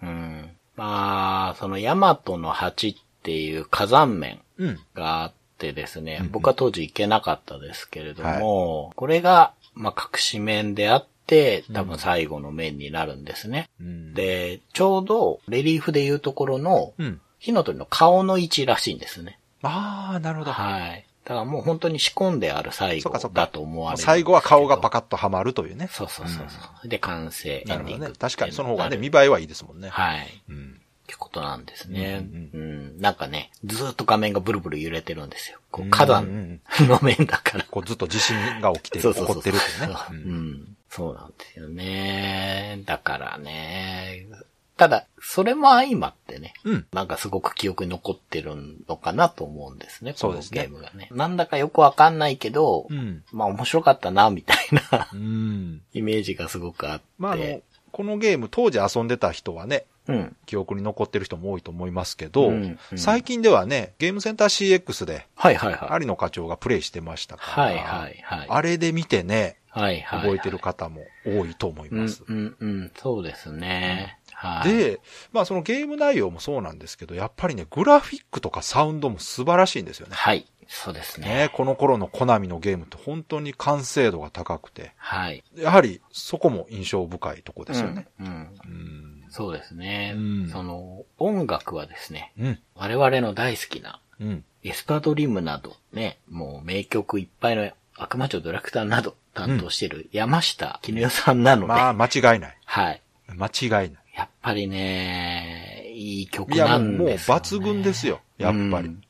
C: うん。まあ、そのヤマトの蜂っていう火山面
B: うん。
C: があってですね
B: うん、
C: 僕は当時行けなかったですけれども、これが、まあ、隠し面であって、多分最後の面になるんですね。
B: うん、
C: で、ちょうど、レリーフでいうところの、
B: うん。
C: 火の鳥の顔の位置らしいんですね。
B: ああ、なるほど。
C: はい。だからもう本当に仕込んである最
B: そ
C: 後
B: っかそっか
C: だと思われる。
B: 最後は顔がパ
C: カ
B: カッとはまるというね。
C: そうそうそうそう。で、完成。
B: なるほ
C: エ
B: ど
C: ンディ
B: ね
C: ング。
B: 確かにその方がね、見
C: っていう
B: 栄えはいいですもんね。
C: のがあるはい。っ
B: うん。
C: てことなんですね。
B: うん
C: うんなんかね、ずーっと画面がブルブル揺れてるんですよ。こう、火
B: うんう
C: 山
B: ん
C: の面だから。
B: こうずっと地震が起きて、起こ
C: そうそうそう
B: ってるってね。
C: う
B: うんん
C: そうなんですよね。だからね。ただ、それも相まってね。
B: うん。
C: なんかすごく記憶に残ってるのかなと思うんですね。
B: そうですね
C: このゲームがね。なんだかよくわかんないけど、
B: うん。
C: まあ面白かったな、みたいな
B: うん。
C: イメージがすごくあって。
B: まあ、あの、このゲーム当時遊んでた人はね、
C: うん。
B: 記憶に残ってる人も多いと思いますけど、
C: うんうん
B: 最近ではね、ゲームセンター CX で、
C: はいはいはい。
B: 有野課長がプレイしてましたから、
C: はいはいはい。
B: あれで見てね、
C: はいはいはい。
B: 覚えてる方も多いと思います。
C: うんうんうん。そうですね。はい。、
B: で、まあそのゲーム内容もそうなんですけど、やっぱりね、グラフィックとかサウンドも素晴らしいんですよね。
C: はい。そうですね。
B: ね、この頃のコナミのゲームって本当に完成度が高くて、
C: はい。
B: やはりそこも印象深いとこですよね。
C: うん。うん
B: うん。
C: そうですね、
B: うん
C: その、音楽はですね、
B: うん。
C: 我々の大好きな、
B: うん。
C: エスパードリームなど、ね、もう名曲いっぱいの悪魔女ドラクターなど担当している山下絹代さんなので、
B: まあ、間違いない。
C: はい。
B: 間違いない。
C: やっぱりね、いい曲
B: いや、
C: な
B: も
C: ん
B: うもう
C: ですよ、ね。
B: 抜群ですよ。やっぱり。
C: うん
B: うん。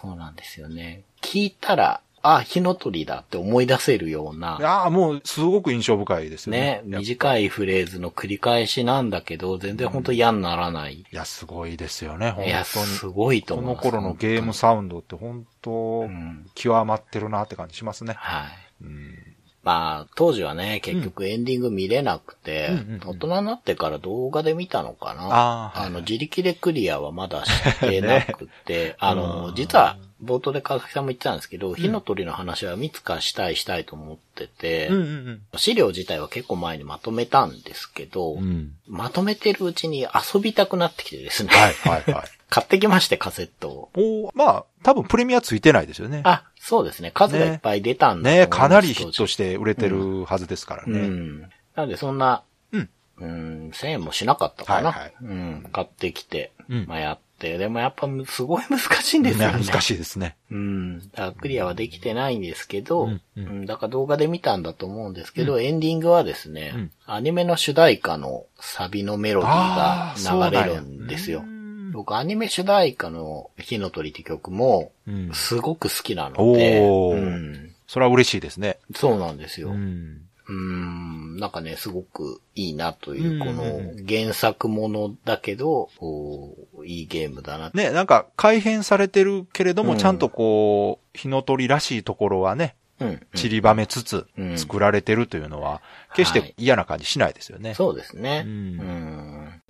C: そうなんですよね。聞いたら、あ、火の鳥だって思い出せるような、
B: ああ、もう、すごく印象深いですよ
C: ね
B: ね。、い
C: 短いフレーズの繰り返しなんだけど、全然本当嫌にならない。
B: や、すごいですよね、本
C: いや、
B: 当に
C: す。ごいと
B: こ
C: 思う。
B: の頃のゲームサウンドって本当
C: う、ん。
B: 極まってるなって感じしますね。
C: はい。
B: うん。
C: まあ、当時はね、結局エンディング見れなくて、
B: うんうんうん
C: 大人になってから動画で見たのかな。
B: あーはいはい
C: の、自力でクリアはまだしてなくて、 あ
B: う
C: の、
B: ん
C: 実は、冒頭で川崎さんも言ってたんですけど、火の鳥の話は蜜かしたいしたいと思ってて、
B: うんうん
C: 資料自体は結構前にまとめたんですけど、
B: うん。うん。
C: まとめてるうちに遊びたくなってきてですね。
B: はいはいはい。
C: 買ってきまして、カセットを。
B: おーまあ、多分プレミアついてないですよね。
C: あ、そうですね。数がいっぱい出たんだと思
B: ね
C: います
B: かなりヒット
C: 当時
B: して売れてるはずですから
C: う
B: ね。
C: ん。なんでそんな、
B: うん。
C: うん、1000円もしなかったかな。
B: はいはい
C: うん。買ってきて、
B: うん
C: まあやって。でもやっぱすごい難しいん
B: ね
C: ですよね。
B: 難
C: い。
B: しいですね。
C: うん。だからクリアはできてないんですけ
B: う
C: ど、うんん。
B: うん
C: だから動画で見たんだと思うんですけど、エンディングはですね、
B: うん
C: アニメの主題歌のサビのメロディーが流れるんですよ
B: う。ん
C: 僕アニメ主題歌の火の鳥って曲も、
B: うん。
C: すごく好きなので、
B: おー
C: うん
B: それは嬉しいですね。
C: そうなんですよ。
B: うん。
C: うん、なんかね、すごくいいなというう、
B: ん
C: この原作ものだけど、こういいゲームだな。
B: ね、なんか改変されてるけれども、
C: うん
B: ちゃんとこう、火の鳥らしいところはね、
C: うんうん。
B: 散りばめつつ
C: うん
B: 作られてるというのは、
C: い
B: 決して嫌な感じしないですよね。
C: そうですね。
B: う
C: うんん。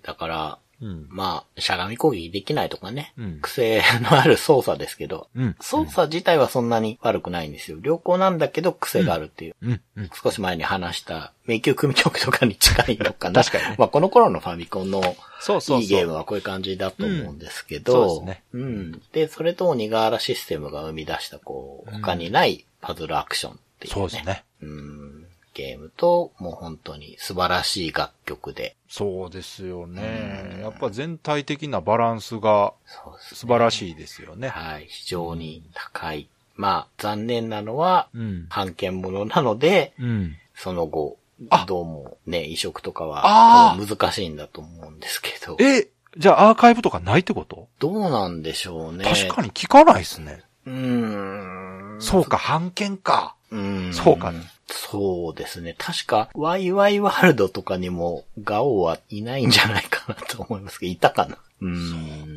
C: だから、
B: うん。
C: まあ、しゃがみ攻撃できないとかね。
B: うん。
C: 癖のある操作ですけど、
B: うん。
C: 操作自体はそんなに悪くないんですよ。良好なんだけど癖があるっていう。
B: うん。うん。
C: 少し前に話した迷宮組曲とかに近いのかな。
B: 確かにね
C: まあこの頃のファミコンの
B: そうそうそう。
C: いいゲームはこういう感じだと思うんですけ
B: うん
C: ど、
B: そうですね
C: うん。で、それと鬼瓦システムが生み出した、こう、他にないパズルアクションっていうね。
B: そうですね。
C: うん。ゲームと、もう本当に素晴らしい楽曲で。
B: そうですよね。やっぱ全体的なバランスが
C: そうです
B: 素晴らしいですよね。
C: はい。非常に高い。まあ、残念なのは、
B: うん。
C: 版権ものなので、
B: うん。
C: その後
B: あ、
C: どうもね、移植とか
B: あ
C: は
B: ー
C: 難しいんだと思うんですけど、
B: え、じゃあアーカイブとかないってこと
C: どうなんでしょうね。
B: 確かに聞かないですね。
C: うーん。
B: そうか、版権か。
C: うーん。
B: そうかね
C: そうですね。確か、ワイワイワールドとかにも、ガオはいないんじゃないかなと思いますけど、いたかな。うーん。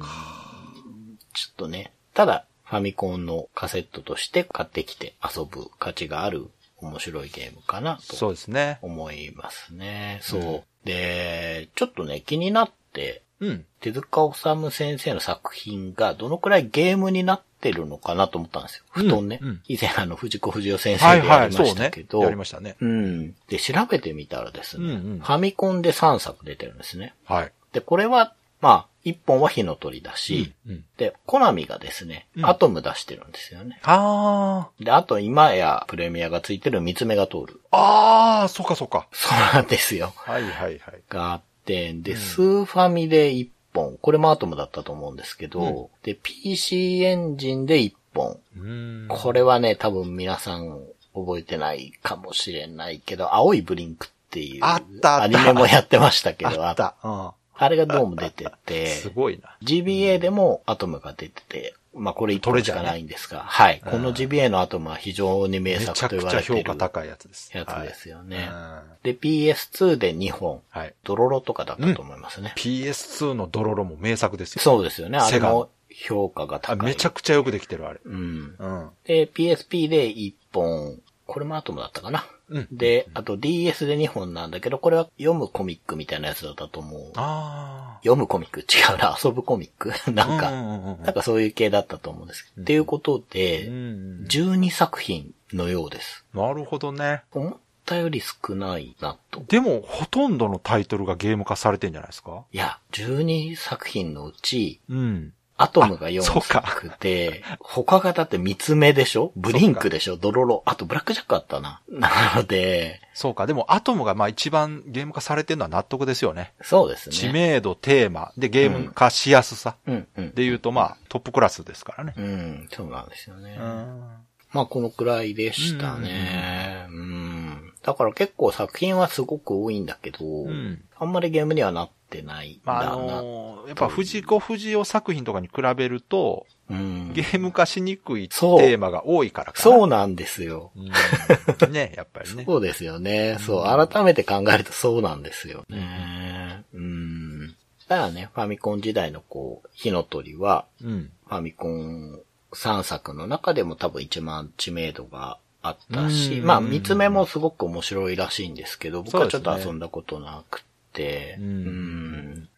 C: ちょっとね。ただ、ファミコンのカセットとして買ってきて遊ぶ価値がある面白いゲームかなと
B: そうですね。
C: 思いますね。そう。で、ちょっとね、気になって、
B: うん。
C: 手塚治虫先生の作品がどのくらいゲームになってるのかなと思ったんですよ。
B: うん
C: 布団ね。
B: うん
C: 以前あの、藤子不二雄
B: は
C: 先生
B: い
C: で
B: は
C: や
B: い、
C: りま
B: そう
C: した
B: ね
C: け。ど。
B: やりましたね。
C: うん。で、調べてみたらですね、
B: うんうん
C: ファミコンで3作出てるんですね。
B: はい。
C: で、これは、まあ、1本は火の鳥だし、
B: うん。
C: で、コナミがですね、
B: うん
C: アトム出してるんですよね。
B: あ
C: で、あと今やプレミアがついてる三つ目が通る。
B: あ、ああ、そうかそうか。
C: そうなんですよ。
B: はいはいはい。
C: があって、で、
B: うん
C: スーファミで1本、これもアトムだったと思うんですけど、で、PC エンジンで1本。
B: うん
C: これはね、多分皆さん覚えてないかもしれないけど、青いブリンクっていう
B: あったあった
C: アニメもやってましたけど、
B: あった。うん。
C: あれがどうも出てて、
B: すごいな。
C: GBA でもアトムが出てて、まあこれ一本しかないんですが、はい。
B: うん
C: この GBA のアトムは非常に名
B: めち
C: 作
B: ゃ
C: と
B: く
C: 言わ
B: ちゃ
C: れて
B: 評
C: る
B: 価高いやつです。
C: やつですよね。
B: はいうん
C: で、PS2 で2本、
B: はい。
C: ドロロとかだったと思いますね。
B: PS2 のドロロも名作ですよ。
C: そうですよね。あ
B: セ
C: れ
B: ガ
C: も評価が
B: あ
C: 高い。
B: めちゃくちゃよくできてる、あれ。
C: うん。
B: うん。
C: で、PSP で1本、これもアトムだったかな。
B: うん
C: で、あと DS で2本なんだけど、これは読むコミックみたいなやつだったと思う。
B: あ
C: 読むコミック違うな、遊ぶコミック
B: あ。
C: なん
B: う
C: か、
B: んうんうんうん
C: なんかそういう系だったと思うんですけど。っていうこと
B: う
C: で、
B: んうん
C: 12作品のようです。
B: なるほどね。
C: 思ったより少ないなと。
B: でも、ほとんどのタイトルがゲーム化されてんじゃないですか
C: いや、12作品のうち、
B: うん。
C: アトムが
B: あそう
C: 4
B: か
C: 作で、他がだって三つ目でしょブリンクでしょドロロ。あとブラックジャックあったな。なので、
B: そうか。でも、アトムがまあ一番ゲーム化されてるのは納得ですよね。
C: そうですね。
B: 知名度、テーマ、で、ゲーム化しやすさ
C: うんうん。
B: で言うと、まあ、トップクラスですからね。
C: うん、そうなんですよね。
B: うん。
C: まあこのくらいでしたね。うん。だから結構作品はすごく多いんだけど、
B: ん
C: あんまりゲームにはなってないん
B: まあ、あ
C: だな。
B: のーやっぱ藤子不二雄作品とかに比べると、
C: うん
B: ゲ。ーム化しにくいテ
C: そう
B: ーマが多いからかな。
C: そうなんですよ。
B: うんね、やっぱりね。
C: そうですよね。そう、改めて考えるとそうなんですよね。うん。だからね、ファミコン時代のこう、火の鳥は、
B: うん。
C: ファミコン3作の中でも多分一番知名度があったし、
B: うん
C: まあ三つ目もすごく面白いらしいんですけど、僕はちょっ
B: そう
C: と
B: ですね
C: 遊んだことなくて、
B: うん
C: うん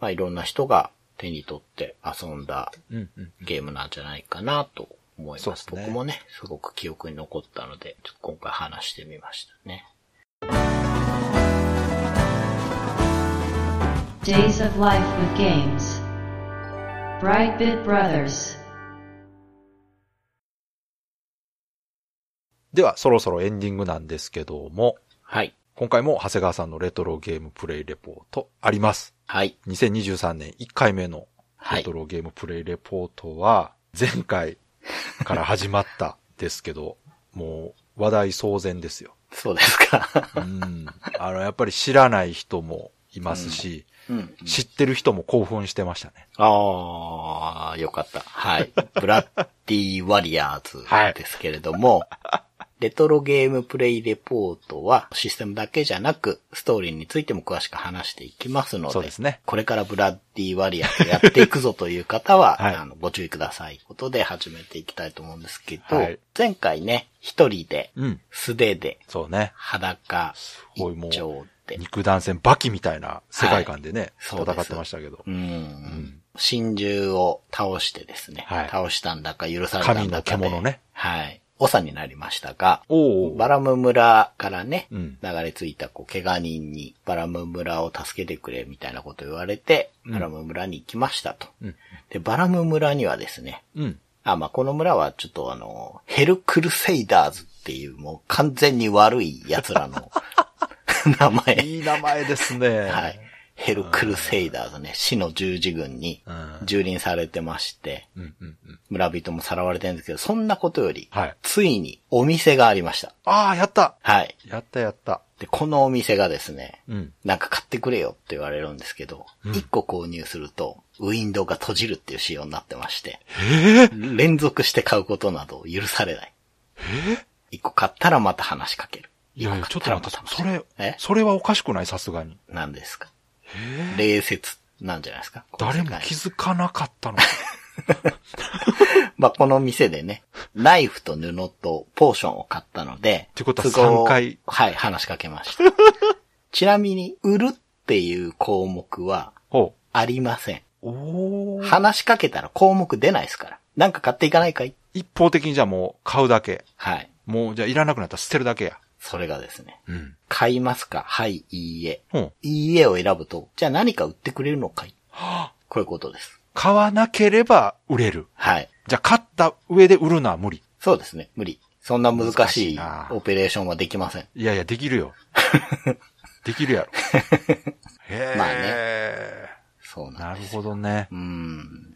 C: まあいろんな人が手に取って遊んだ
B: うん、うん。
C: ゲームなんじゃないかなと思い
B: そう
C: ま。
B: ですすね
C: 僕もね、すごく記憶に残ったので、ちょっと今回話してみましたね。
A: Days of Life with Games. Brightbit Brothers.
B: では、そろそろエンディングなんですけども、
C: はい。
B: 今回も長谷川さんのレトロゲームプレイレポートあります。
C: はい。
B: 2023年1回目の
C: は
B: レ
C: い
B: ト。ロゲームプレイレポートは、前回から始まったですけど、 もう話題騒然ですよ。
C: そうですか。
B: うん。あの、やっぱり知らない人もいますし、
C: うん。
B: 知ってる人も興奮してましたね。
C: ああ、よかった。 はい。ブラッディ・ワリア
B: は
C: ー
B: い
C: ズですけれど も、レトロゲームプレイレポートはシステムだけじゃなく、ストーリーについても詳しく話していきますので、
B: そうですね
C: これからブラッディ・ワリアーズやっていくぞという方は、
B: はい
C: あのご注意ください。ということで始めていきたいと思うんですけど、
B: はい
C: 前回ね、一人で、
B: うん。
C: 素手で、
B: そうね。
C: 裸、
B: ごいもう
C: 一丁で、
B: 肉弾戦バキみたいな世界観でね、
C: そうです
B: 戦ってましたけど
C: う。ん。真珠を倒してですね。
B: はい
C: 倒したんだか許されたんだかで。
B: 神の獣ね。
C: はい。長になりましたが、
B: おお
C: バラム村からね、
B: うん
C: 流れ着いたこう怪我人にバラム村を助けてくれみたいなこと言われて、
B: うん
C: バラム村に行きましたと。
B: うん。
C: で、バラム村にはですね、
B: うん。
C: あ、まあ、この村はちょっとあの、ヘルクルセイダーズっていうもう完全に悪い奴 らの名前。
B: いい名前ですね。
C: はい。。ヘルクルセイダーズね、死の十字軍に
B: うん
C: 蹂躙されてまして、
B: うんうんうん。
C: 村人もさらわれてるんですけど、そんなことより、
B: はい
C: ついにお店がありました。
B: ああ、やった
C: はい。
B: やったやった。
C: で、このお店がですね、
B: うん。
C: なんか買ってくれよって言われるんですけど、一1個購入すると、ウィンドウが閉じるっていう仕様になってまして、連続して買うことなど許されない。1個買ったらまた話しかける。
B: いやいや、ちょっと待っ
C: 買
B: て、
C: た
B: そ
C: らま
B: れ
C: たえ、
B: それはおかしくない、さすがに。
C: 何ですか礼節なんじゃないですか
B: 誰も気づかなかったの。
C: まあ、この店でね、ナイフと布とポーションを買ったので、
B: ってことは
C: 都合
B: 3回
C: はい、話しかけました。 ちなみに、売るっていう項目は
B: ほ
C: ありません。
B: う。おー
C: 話しかけたら項目出ないですから。なんか買っていかないかい
B: 一方的にじゃあもう買うだけ。
C: はい。
B: もうじゃあいらなくなったら捨てるだけや。
C: それがですね、
B: うん。
C: 買いますかはい、いいえ。
B: うん。
C: いいえを選ぶと、じゃあ何か売ってくれるのかいこういうことです。
B: 買わなければ売れる。
C: はい。
B: じゃあ買った上で売るのは無理。
C: そうですね、無理。そんな難しい
B: 難しいな
C: オペレーションはできません。
B: いやいや、でき るよ。できるやろ。へえ。
C: まあそうなん
B: なるほどね
C: う。ん。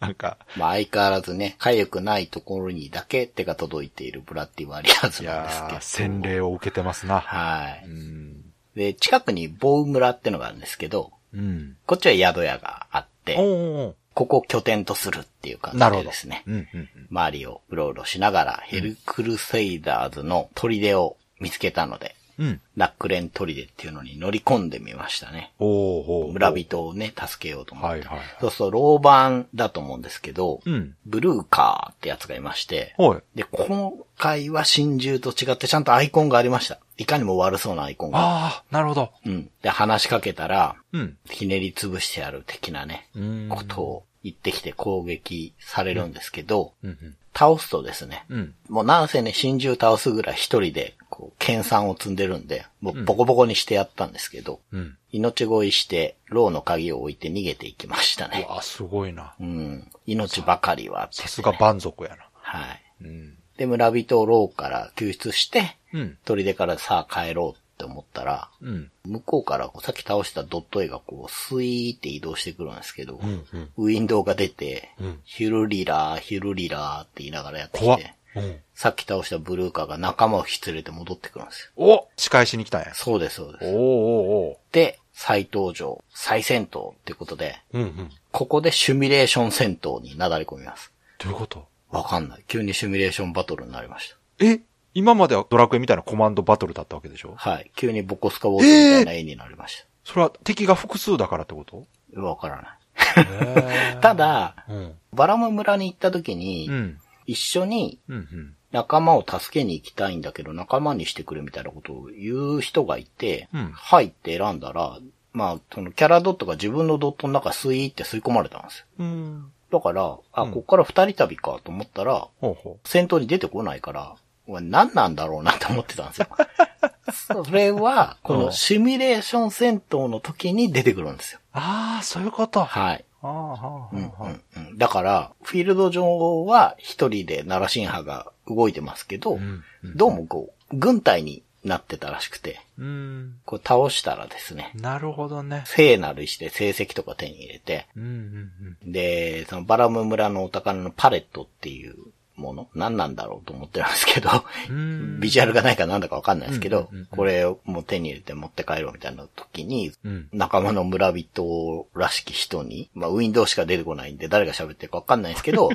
B: なんか、
C: まあ相変わらずね、かゆくないところにだけ手が届いているブラッディ・ワリアー
B: い
C: ズなん
B: や
C: ですけ
B: ー
C: ど。
B: 洗礼を受けてますな。
C: は
B: う
C: い。
B: ん。
C: で、近くにボウ村ってのがあるんですけど、
B: うん。
C: こっちは宿屋があっ
B: おー
C: て、
B: おー
C: ここを拠点とするっていう感
B: おーなる
C: じ
B: ほ
C: で
B: ど
C: ですね。。
B: うんうんうん。
C: 周りをうろうろしながら、ヘルクルセイダーズの砦を見つけたので、
B: うん。
C: ナックレン砦っていうのに乗り込んでみましたね。
B: おおおー
C: 村人をね、助けようと思っ
B: は
C: て。
B: いはい。
C: そうそう、老番だと思うんですけど、
B: うん。
C: ブルーカーってやつがいまして、
B: はい。
C: で、今回は真珠と違ってちゃんとアイコンがありました。いかにも悪そうなアイコンが。
B: ああ、なるほど。
C: うん。で、話しかけたら、
B: うん。
C: ひねり潰してやる的なね、
B: うん
C: ことを言ってきて攻撃されるんですけど、
B: うん
C: 倒すとですね、
B: うん。うん。
C: もうなんせね、真珠倒すぐらい一人で、こう、研鑽を積んでるんで、もうボコボコにしてやったんですけど、
B: うん。
C: 命乞いして、牢の鍵を置いて逃げていきました
B: う
C: ね。
B: わあ、すごいな。
C: うん。命ばかりはって、
B: さすが。蛮族やな。
C: はい。
B: うん。
C: で、村人を牢から救出して、
B: うん。
C: 砦からさあ帰ろうって思ったら、
B: うん。
C: 向こうからこうさっき倒したドット絵がこう、スイーって移動してくるんですけど、
B: うん。うん。
C: ウィンドウが出て、
B: うん
C: ヒルリラー、ヒルリラーって言いながらやって
B: 怖
C: き、。
B: ってうん。
C: さっき倒したブルーカーが仲間を引き連れて戻ってくるんですよ。
B: お仕返しに来たんや。
C: そうです、そう
B: お
C: で
B: ー
C: す。
B: お
C: で、再登場、再戦闘っていうことで、
B: ーおーうんうん。
C: ここでシュミレーション戦闘になだれ込みます。
B: どういうこと
C: わかんない。急にシュミレーションバトルになりました。
B: え今まではドラクエみたいなコマンドバトルだったわけでしょ
C: はい。急にボコスカボートみたいな絵になりまし
B: それは敵が複数だからってこと
C: た。わからない。
B: へ
C: ただ、
B: ー うん。
C: バラム村に行った時に、
B: うん。
C: 一緒に
B: うん。うん。
C: 仲間を助けに行きたいんだけど、仲間にしてくれみたいなことを言う人がいて、
B: うん
C: はいって選んだら、まあ、そのキャラドットが自分のドットの中スイーって吸い込まれたんですよ。
B: うん。
C: だから、あ、
B: うん
C: こっから二人旅かと思ったら、
B: ほうほ
C: 戦闘に出てこないから、お前何なんだろうなって思ってたんです よ。それは、こ
B: う
C: の
B: ん
C: シミュレーション戦闘の時に出てくるんですよ
B: う。。ああ、そういうこと。あ
C: はい。
B: あ、はあ、
C: うん
B: はあ。
C: うんうんだから、フィールド上は一人で奈良神派が動いてますけど、
B: んうん
C: どうもこう、軍隊になってたらしくて、
B: うん。
C: こう倒したらですね、
B: なるほどね。
C: 聖なる石で成績とか手に入れて、
B: うん。うん。うん。
C: で、そのバラム村のお宝のパレットっていう、もの何なんだろうと思ってるんですけど、
B: うん
C: ビジュアルがないからなんだかわかんないですけど
B: うんうんうん、
C: これをもう手に入れて持って帰ろうみたいな時に、
B: うん。
C: 仲間の村人らしき人に、まあ、ウィンドウしか出てこないんで誰が喋ってるかわかんないですけ ど、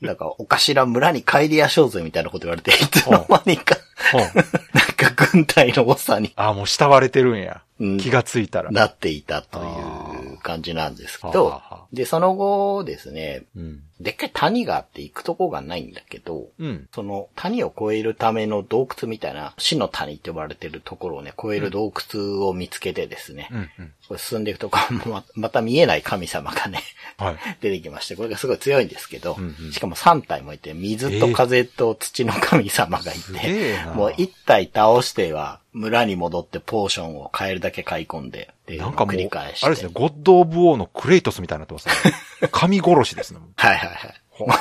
C: なんか、おかしら村に帰りやしょうぜみたいなこと言われて、いつの間にか、
B: うん
C: なんか軍隊のおっさんに
B: あ、もう慕われてるんや。
C: うん
B: 気がついたら。
C: なっていたという感じなんですけ
B: あ
C: ど
B: ーはあはあ、
C: で、その後ですね、
B: うん。
C: でっかい谷があって行くとこがないんだけど、
B: うん。
C: その谷を越えるための洞窟みたいな、死の谷って呼ばれてるところをね、越える洞窟を見つけてですね、
B: うん。うん。
C: これ進んでいくとこうま、 また見えない神様がね、
B: はい。
C: 出てきまして、これがすごい強いんですけど、
B: うんうん
C: しかも3体もいて、水と風と土の神様がい
B: す
C: て、
B: げえな。
C: もう1体倒しては、村に戻ってポーションを変えるだけ買い込んで、っていうの
B: な
C: を
B: んかも
C: 繰
B: う、
C: り返して。
B: あれですね、ゴッド・オブ・オーのクレイトスみたいになってますね。神殺しですね。
C: はいはいはい。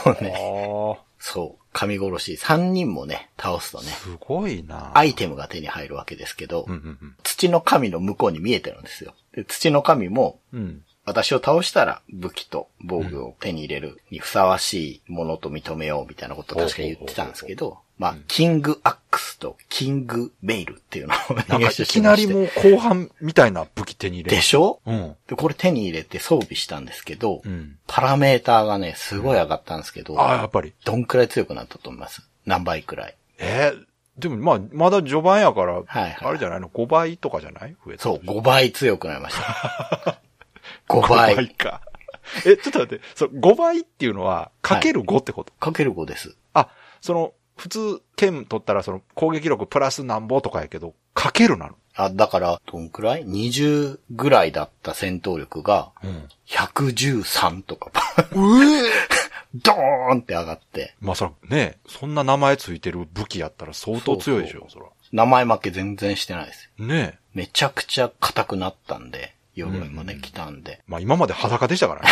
C: もうね、
B: は
C: そう、神殺し、3人もね、倒すとね
B: あ、、すごいな。
C: アイテムが手に入るわけですけど、
B: うんうん
C: 土の神の向こうに見えてるんですよ。で土の神も、
B: うん。うん。
C: 私を倒したら武器と防具を手に入れるにふさわしいものと認めようみたいなことを確か言ってたんですけど、まあ、キングアックスとキングメイルっていうのを
B: なんかい
C: 入手
B: き
C: し
B: な
C: まし
B: り
C: て
B: もう後半みたいな武器手に入れる
C: でしょ
B: うん。
C: で、これ手に入れて装備したんですけど、
B: うん。
C: パラメーターがね、すごい上がったんですけど、
B: ああ、やっぱり。
C: どんくらい強くなったと思います何倍くらい
B: えーでもまあ、まだ序盤やから、
C: はい
B: あれじゃないの ?5 倍とかじゃない増えた
C: そう、
B: として
C: 5倍強くなりました。5
B: 5
C: 倍。
B: 倍か。 え、ちょっと待って、その5倍っていうのは、かける5ってこと、
C: かける5です。
B: あ、その、普通、剣取ったらその攻撃力プラスなんぼとかやけど、かけるなの。
C: あ、だから、どんくらい ?20 ぐらいだった戦闘力が、
B: うん。
C: 113とか、 ドーンって上がって、
B: まあそら、ねそんな名前ついてる武器やったら相当強いでしょ、そ
C: 名前負け全然してないです。
B: ら。ねえ。
C: めちゃくちゃ硬くなったんで、鎧もね、来たんで。
B: まあ今まで裸でした からね。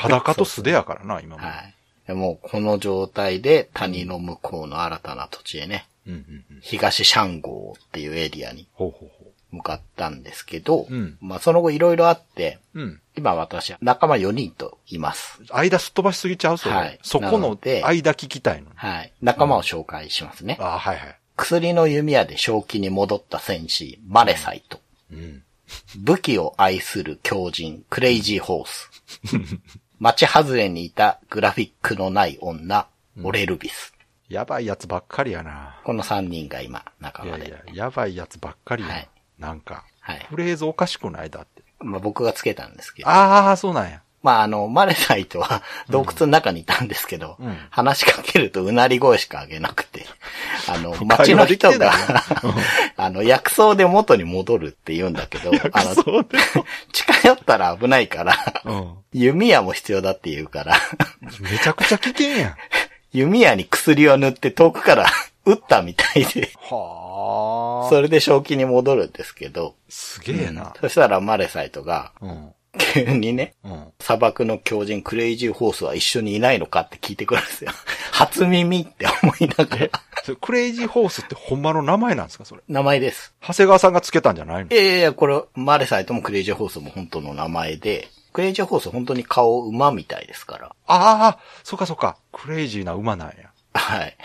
B: 裸と素手やからな、今まで。
C: はい。でもう、この状態で、谷の向こうの新たな土地へね、
B: うんうんうん。
C: 東シャンゴーっていうエリアに
B: ほうほうほ
C: 向かったんですけど、
B: うん
C: まあ、その後いろいろあって、
B: う。うん。
C: 今私、仲間4人といます。
B: 間すっ飛ばしすぎちゃうそれ。
C: はい
B: そこ
C: な
B: の
C: ので
B: 間聞きたいの。
C: はい。仲間を紹介しますね。
B: ああ、はいはい。
C: 薬の弓矢で正気に戻った戦士、マレサイと、
B: うん。
C: 武器を愛する狂人、クレイジーホース。町外れにいたグラフィックのない女、オレルビス。
B: やばいやつばっかりやな。
C: この3人が今、仲
B: いや
C: 間
B: い
C: で
B: や。、やばいやつばっかりや。
C: はい
B: なんか、
C: はい。
B: フレーズおかしくないだって。
C: まあ、僕がつけたんですけど。
B: ああ、そうなんや。
C: まあ、あの、マレサイとは洞窟の中にいたんですけど、
B: うん
C: 話しかけるとうなり声しか上げなくて、あの、
B: 会
C: 街の
B: 話できて
C: 人
B: んだ
C: が
B: ね、
C: あの、薬草で元に戻るって言うんだけど、あの、
B: そうで。
C: 近寄ったら危ないから、
B: うん。
C: 弓矢も必要だって言うから、
B: めちゃくちゃ危険やん。
C: 弓矢に薬を塗って遠くから 撃ったみたいで、
B: はあ。
C: それで正気に戻るんですけど、
B: すげえな。
C: そしたらマレサイトが、
B: うん。
C: 急にね、
B: うん。
C: 砂漠の狂人クレイジーホースは一緒にいないのかって聞いてくるんですよ。 初耳って思いながら。
B: それクレイジーホースってほんまの名前なんですかそれ。
C: 名前です。
B: 長谷川さんがつけたんじゃないの
C: いやいやいや、これ、マレサイトもクレイジーホースも本当の名前で、クレイジーホース本当に顔馬みたいですから。
B: ああ、そうかそうか。クレイジーな馬なんや。
C: はい。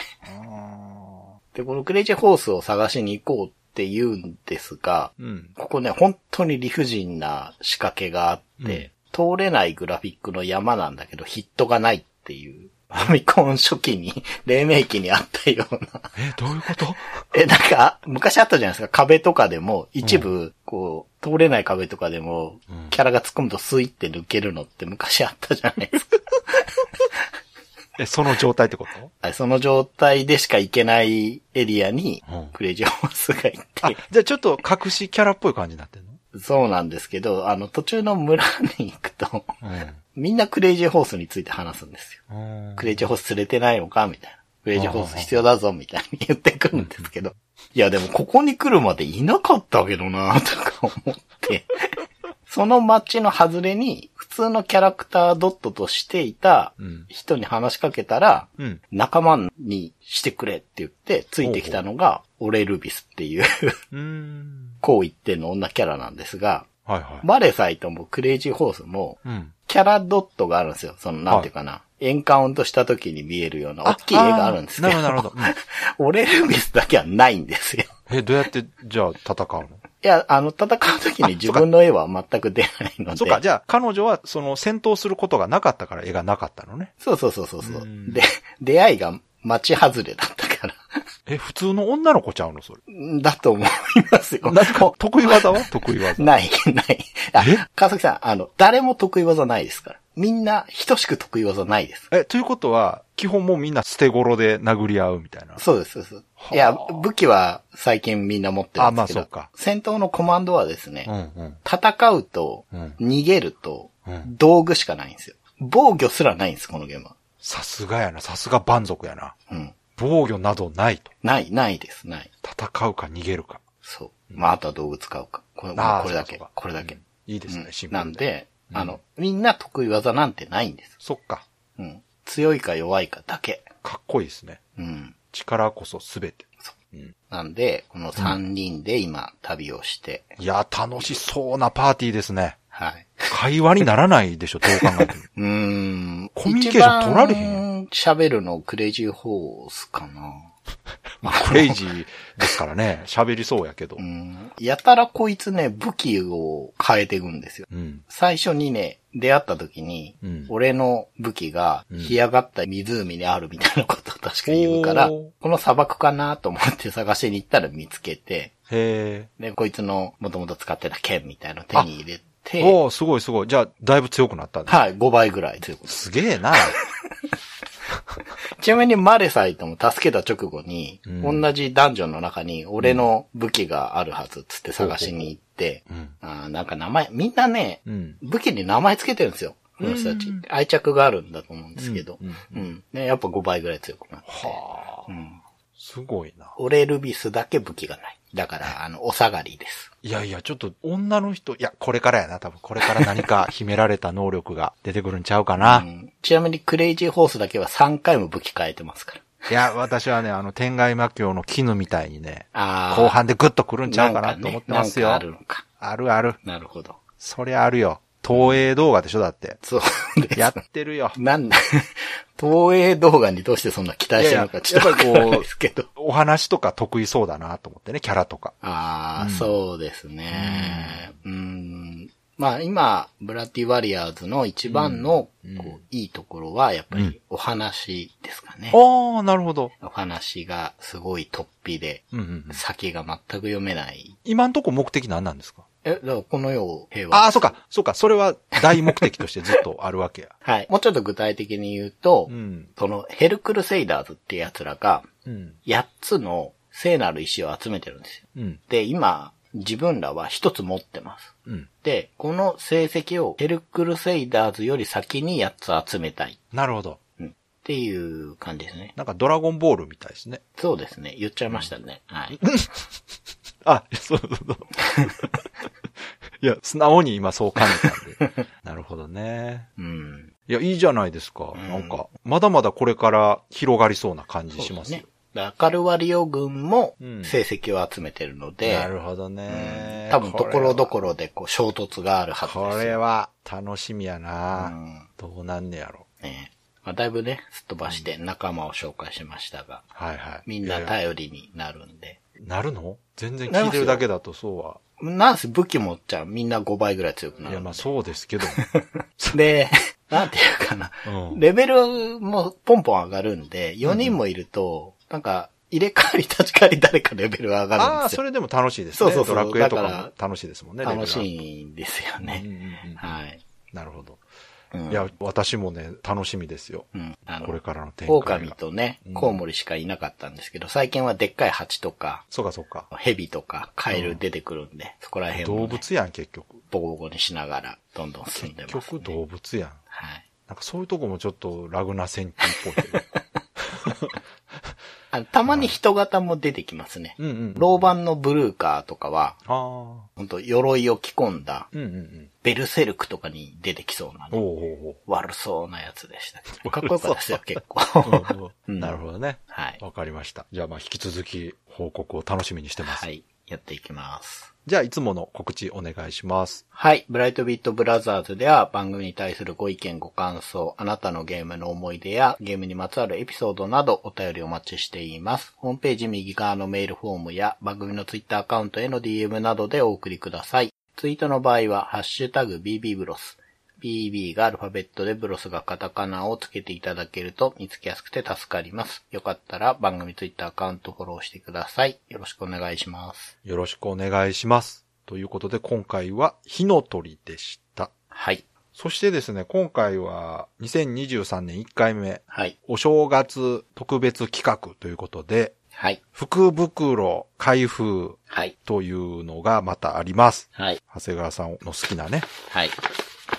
B: あ
C: で、このクレイジーホースを探しに行こうって言うんですが、
B: ーうん。
C: ここね、本当に理不尽な仕掛けがあって、通れないグラフィックの山なんだけど、ヒットがないっていう、ファミコン初期に、 黎明期にあったような。
B: え、どういうこと
C: え、なんか、昔あったじゃないですか、壁とかでも、一部、こう、通れない壁とかでも
B: うん、
C: キャラが突っ込むとスイって抜けるのって昔あったじゃないですか。
B: え、その状態ってこと
C: はいその状態でしか行けないエリアに
B: うん、
C: クレイジーホースが行って、
B: あ、じゃあちょっと隠しキャラっぽい感じになってんの
C: そうなんですけど、あの、途中の村に行くと、
B: う
C: みんなクレイジーホースについて話すんですよ。
B: ん。うん
C: クレイジーホース連れてないのかみたいな。クレイジーホース必要だぞみたいに言ってくるんですけど。いや、でもここに来るまでいなかったけどなとか思って。 その街の外れに、普通のキャラクタードットとしていた
B: うん。
C: 人に話しかけたら、
B: うん。
C: 仲間にしてくれって言って、ついてきたのが、オレルビスっていう、
B: うーん。
C: こう言ってんの女キャラなんですが、
B: はいはい。
C: マレサイトもクレイジーホースも、
B: うん。
C: キキャラドットがあるんですよ。その、なんていうかな。エンカウントした時に見えるような大きい絵があるんですけど。
B: なるほど、なるほど。
C: 俺ルビスだけはないんですよ。
B: うんえ、どうやって、じゃあ戦うの
C: いや、あの、戦う時に自分の絵は全く出ないので。
B: そっか、じゃあ、彼女は、その、戦闘することがなかったから絵がなかったのね。
C: そうそうそうそうそううんで、出会いが街外れだったから。
B: え、普通の女の子ちゃうのそれ。
C: だと思いますよ。
B: なんか、 得意技は得意技。
C: ない、ない。あ
B: え、
C: 川崎さん、あの、誰も得意技ないですから。みんな、等しく得意技ないです。
B: え、ということは、基本もうみんな捨て頃で殴り合うみたいな。
C: そうです、そうです。い
B: あ
C: や、武器は最近みんな持ってるんですけど。
B: あまあそうか
C: 戦闘のコマンドはですね、
B: んうん。
C: 戦うと、
B: うん
C: 逃げると、
B: うん
C: 道具しかないんですよ。防御すらないんです、このゲームは。
B: さすがやな、さすが蛮族やな。
C: うん。
B: 防御などないと。
C: ない、ないです、ない。
B: 戦うか逃げるか。
C: そう。まあ、あとは道具使うか。これ
B: あー
C: これだけ
B: そうかそうか、
C: これだけ。
B: いいですね、シ
C: う
B: ン
C: ん、
B: プル
C: なんで、
B: うん
C: あの、みんな得意技なんてないんです。
B: そっか。
C: うん。強いか弱いかだけ。
B: かっこいいですね。
C: うん。
B: 力こそすべて。うん
C: なんで、この3人で今、旅をして、
B: いや、楽しそうなパーティーですね。
C: はい。
B: 会話にならないでしょ、どう考 えても。
C: うーん。
B: コミュニケーション取られへんや
C: ん喋るのクレイジーホース かな。
B: まあ、クレイジーですからね、喋りそうやけど
C: う。ん。やたらこいつね、武器を変えていくんですよ。
B: うん。
C: 最初にね、出会った時に、
B: うん
C: 俺の武器が、
B: うん
C: 干上がった湖にあるみたいなことを確か言うから、
B: おー
C: この砂漠かなと思って探しに行ったら見つけて、
B: へ
C: で、こいつの元々使ってた剣みたいなの手に入れ
B: え。
C: て、
B: おーすごいすごい。じゃあ、だいぶ強くなったね。
C: はい、5倍ぐらいということ。
B: すげえな。
C: ちなみにマレサイとも助けた直後に、
B: うん
C: 同じダンジョンの中に俺の武器があるはずっつって探しに行って、
B: うん。
C: あーなんか名前、みんなね、
B: うん。
C: 武器に名前つけてるんですよ。この人たち。愛着があるんだと思うんですけど。
B: う
C: うんん。ね、やっぱ5倍ぐらい強くなって。
B: はあ。
C: うん。
B: すごいな。
C: 俺ルビスだけ武器がない。だから、あの、お下がりです。
B: いやいや、ちょっと女の人、いや、これからやな、多分。これから何 か秘められた能力が出てくるんちゃうかな。
C: うんちなみにクレイジーホースだけは3回も武器変えてますから。
B: いや、私はね、あの、天外魔境の絹みたいにね、
C: あー
B: 後半でグッとくるんちゃうかなと思ってますよ。
C: なんかねなんかあるのか。
B: あるある。
C: なるほど。
B: そりゃあるよ。東映動画でしょ、だって。
C: そうです。
B: やってるよ。
C: なん だ、東映動画にどうしてそんな期待してるのかちょっとわかんないですけど。
B: お話とか得意そうだなと思ってね、キャラとか。
C: ああ、そうですね。うん。まあ今、ブラッディ・ワリアーズの一番の、こう、いいところは、やっぱ
B: うん
C: りお話ですかね。
B: おー、なるほど。
C: お話がすごい突飛で、
B: うんうんうん。
C: 先が全く読めない。
B: 今んとこ目的何なんですか
C: え、だからこの世を平和。
B: ああ、そうか、そうか、それは大目的としてずっとあるわけや。
C: はい。もうちょっと具体的に言うと、
B: うん。
C: その、ヘルクルセイダーズって奴らが、
B: うん。
C: 8つの聖なる石を集めてるんですよ。
B: うん。
C: で、今、自分らは一つ持ってます。
B: うん。
C: で、この成績をヘルクルセイダーズより先に8つ集めたい。
B: なるほど。
C: うん。っていう感じですね。
B: なんかドラゴンボールみたいですね。
C: そうですね。言っちゃいましたね。はい。
B: あ、そうそう そう。いや、素直に今そう感じたんで。 なるほどね。
C: うん。
B: いや、いいじゃないですか。
C: ん
B: なんか、まだまだこれから広がりそうな感じし
C: そう
B: ま
C: です
B: よ
C: ね。だからアカルワリオ軍も
B: うん
C: 成績を集めてるので、
B: なるほどね。
C: 多分ところどころでこう衝突があるはず
B: こ
C: です。
B: れは楽しみや
C: う
B: な、
C: ん。
B: どうなんねやろ。
C: ねまあ、だいぶね、すっ飛ばして仲間を紹介しましたが、
B: はいはい。
C: みん
B: や
C: ない
B: いや
C: 頼りになるんで。
B: なるの全然聞いてるだけだとそうは。
C: なんせ武器持っちゃうみんな5倍ぐらい強くないる
B: や、。まあそうですけど。
C: で、なんていうかな。
B: うん。
C: レベルもポンポン上がるんで、4人もいると、なんか、入れ替わり立ち替わり誰かレベルが上が
B: あ
C: るん
B: あ、
C: です
B: そ
C: よ。
B: れでも楽しいですね。
C: そうそうそう
B: ドラクエと
C: だ
B: か
C: か
B: も楽しいですもんね、
C: 楽し
B: い。
C: いんですよ
B: うんう
C: ね。
B: んうん
C: はい。
B: なるほど。
C: うん
B: いや、私もね、楽しみですよ。
C: うん。あ
B: これ
C: の、
B: からの展開が。
C: 狼とね、コウモリしかいなかったんですけど、最近はでっかい蜂とか、
B: そうかそうか。
C: ヘビとか、カエル出てくるんで、そこら辺を、
B: 動
C: ね、
B: 物やん、結局。
C: ボコボコにしながら、どんどん進んで
B: 結
C: ます、
B: 局動物やん。
C: はい。
B: なんかそういうとこもちょっとラグナセンティっぽい けど。
C: あのたまに人型も出てきますね。
B: うんうん。
C: 老板のブルーカーとかは、
B: ああ。
C: 本当鎧を着込んだ、
B: うんうんうん。
C: ベルセルクとかに出てきそうなね
B: おうお う
C: 悪そうなやつでしたけど。かっこよかったですよ、結構。
B: お ううんうん。
C: うん
B: なるほどね。
C: はい。
B: わかりました。じゃあまあ引き続き報告を楽しみにしてます。
C: はい。やっていきます。
B: じゃあ、いつもの告知お願いします。
C: はい。ブライトビットブラザーズでは番組に対するご意見、ご感想、あなたのゲームの思い出やゲームにまつわるエピソードなどお便りお待ちしています。ホームページ右側のメールフォームや番組のツイッターアカウントへの DM などでお送りください。ツイートの場合は、ハッシュタグ BB ブロス。BB がアルファベットでブロスがカタカナをつけていただけると見つけやすくて助かります。よかったら番組ツイッターアカウントフォローしてください。よろしくお願いします。
B: よろしくお願いします。ということで、今回は火の鳥でした。
C: はい。
B: そしてですね、今回は2023年1回目、
C: はい。
B: お正月特別企画ということで、
C: はい。
B: 福袋開封
C: はい。
B: というのがまたあります。
C: はい。
B: 長谷川さんの好きなね、
C: はい。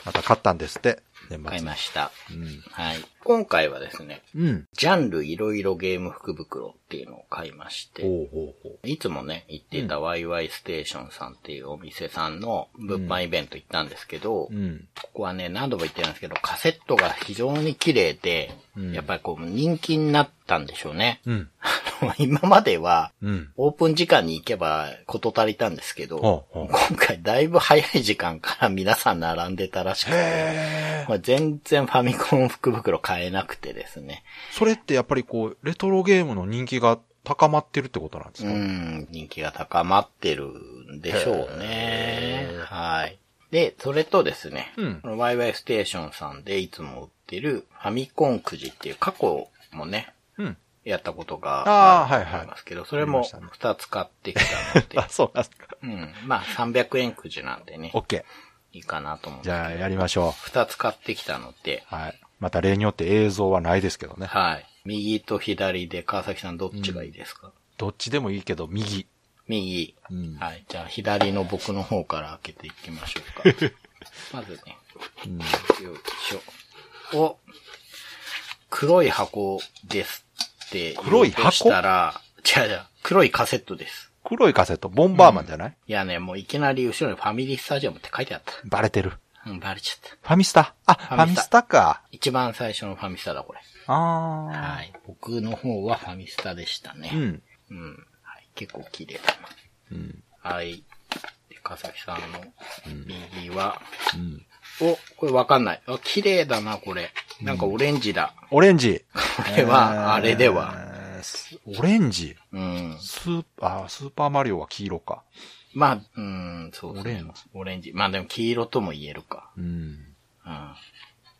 B: また買ったんですって、年末。
C: 買いました。
B: うん。
C: はい。今回はですね、
B: うん。
C: ジャンルいろいろゲーム福袋っていうのを買いまして、
B: ほうほうほう。
C: いつもね、行っていたワイワイステーションさんっていうお店さんの物販イベント行ったんですけど、
B: うん。
C: ここはね、何度も言ってるんですけど、カセットが非常に綺麗で、
B: うん
C: やっぱりこう人気になったんでしょうね。
B: うん。
C: あの今までは、
B: うん。
C: オープン時間に行けば事足りたんですけど、
B: ほうほう。
C: 今回だいぶ早い時間から皆さん並んでたらしくて、
B: へー
C: まあ、全然ファミコン福袋買えなくてですね。
B: それってやっぱりこう、レトロゲームの人気が高まってるってことなんです
C: う
B: か、
C: ん、人気が高まってるんでしょうね。はい。で、それとですね、
B: うん
C: このワイワイステーションさんでいつも売ってるファミコンくじっていう過去もね、
B: うん。
C: やったこと
B: あ
C: が
B: ー
C: あ
B: はい
C: る
B: はい
C: と思いますけど、それ
B: ありま
C: も
B: したね
C: 2つ買ってき たので、
B: あ、そうなんですか。
C: うん、まあ300円くじなんでね
B: オ、ッケ
C: いいかなと思
B: ー。
C: うん
B: じ
C: です
B: ゃあ、やりましょ
C: けど、2つ買ってきたので、
B: う。はい。また例によって映像はないですけどね。
C: はい。右と左で川崎さんどっちがいいですか、
B: どっちでもいいけど、右。
C: 右。
B: うん
C: はい。じゃあ、左の僕の方から開けていきましょう か。まずね、
B: うん。
C: よいしょ。お、黒い箱ですって言おうとしたら、違う違う、黒いカセットです。
B: 黒いカセット、ボンバーマンじゃない、
C: いやね、もういきなり後ろにファミリースタジアムって書いてあっ
B: バレてる。
C: た。うん、バレちゃった。
B: ファミスタ。あ、ファ
C: ァミスタ
B: ミスタか。
C: 一番最初のファミスタだ、これ。
B: あー。
C: はい。僕の方はファミスタでしたね。
B: うん。
C: うん。はい、結構綺麗だな。
B: うん。
C: はい。で、川崎さんの右は、
B: うん。
C: お、これわかんない。あ、綺麗だな、これ。なんかオレンジだ。
B: オレンジ。
C: これは、あれでは。
B: えーすオレンジ。
C: うん。
B: スーパー、スーパーマリオは黄色か。
C: まあ、うん、そうです
B: オ
C: ね
B: レンジ。
C: オレンジ。まあでも黄色とも言えるか。
B: うん。
C: うん。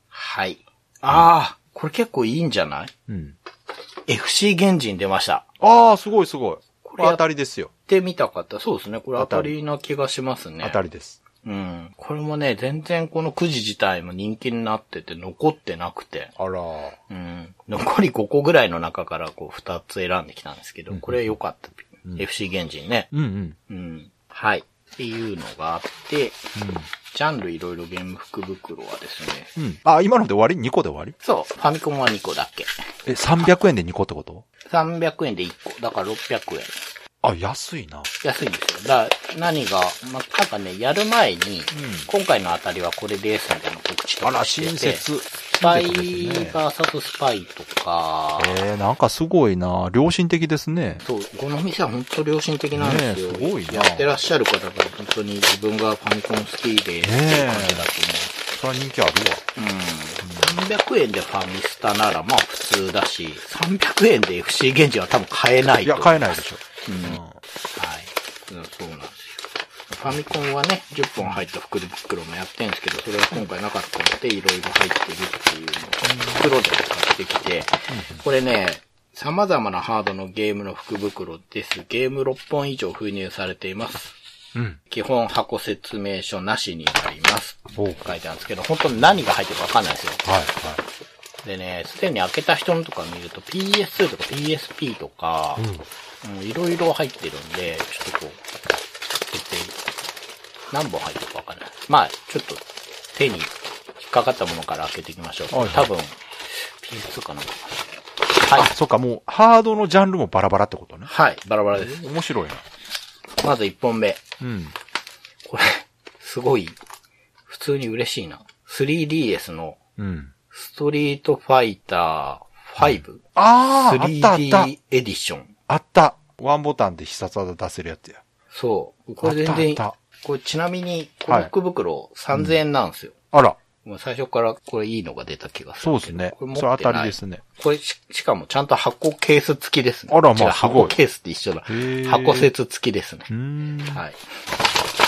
C: はい。ああ、これ結構いいんじゃない
B: うん。
C: ?FC 原人出ました。
B: あー、すごいすごい。こ
C: こ
B: れ
C: れ
B: 当たりですよ。
C: で、見た方。そうですね。これ当たりな気がしますね。
B: 当たりです。
C: うん。これもね、全然このくじ自体も人気になってて、残ってなくて。
B: あらー。
C: うん。残り5個ぐらいの中からこう2つ選んできたんですけど、これ良かった。FC 原人ね。
B: うんうん。
C: うん。はい。っていうのがあって、ジャンルいろいろゲーム福袋はですね、
B: うん。うん。あ、今ので終わり ?2 個で終わり
C: そう、ファミコンは2個だけ。
B: え、300円で2個ってこと
C: 300円で1個。だから600円。
B: あ、安いな。
C: 安いんですよ。だから、何が、まあ、なんかね、やる前に、今回のあたりはこれですみたいな告知と
B: あら、
C: かしてて。
B: 親切。
C: スパイ
B: 親切ですね
C: バーサススパイとか、
B: えー、なんかすごいな。良心的ですね。
C: そう、この店は本当良心的なんですよ。
B: ねえすごいな
C: やってらっしゃる方が本当に自分がファミコン好きで、っていう感じだと思う。
B: それは人気あるわ。
C: うん。300円でファミスタならまあ普通だし、300円で FC 現地は多分買えない
B: い
C: と。
B: や、買えないでしょ。
C: はい。うんそうなんですよ。ファミコンはね、10本入った袋袋もやってんですけど、それは今回なかったので、いろいろ入ってるっていうのを袋で買ってきて、これね、様々なハードのゲームの福袋です。ゲーム6本以上封入されています。
B: うん。
C: 基本箱説明書なしになります。
B: おう
C: 書いてあるんですけど、本当に何が入ってるかわかんないですよ。
B: はい、はい。
C: でね、すでに開けた人のとか見ると PS2 とか PSP とか、うんいろいろ入ってるんで、ちょっとこう、開けて、何本入ってるかわかんない。まあ、ちょっと手に引っかかったものから開けていきましょう。
B: はいはい
C: 多分、PS2 かなんかかな。は
B: あ、
C: い。
B: そっか、もう、ハードのジャンルもバラバラってことね。
C: はい、バラバラです。
B: 面白いな。
C: まず1本目。
B: うん。
C: これ、すごい、普通に嬉しいな。3DS の
B: うん。
C: ストリートファイター5。
B: ああ、あったあった
C: 3D エディション。
B: あったワンボタンで必殺技出せるやつや。
C: そう。これ全
B: あっ
C: 然
B: たあっ、
C: これちなみに、こ
B: は
C: の
B: い
C: 福袋3000円なんですよ。
B: たあら、
C: もう最初からこれいいのが出た気がする。
B: そうですね。
C: これ持
B: それ
C: っ
B: 当
C: て
B: た
C: ない
B: りですね。
C: これし、しかもちゃんと箱ケース付きですね。
B: あらまあす
C: 違う
B: ごい
C: 箱ケースって一緒だ
B: へ。ー
C: 箱説付きですね。
B: うーん。
C: はい。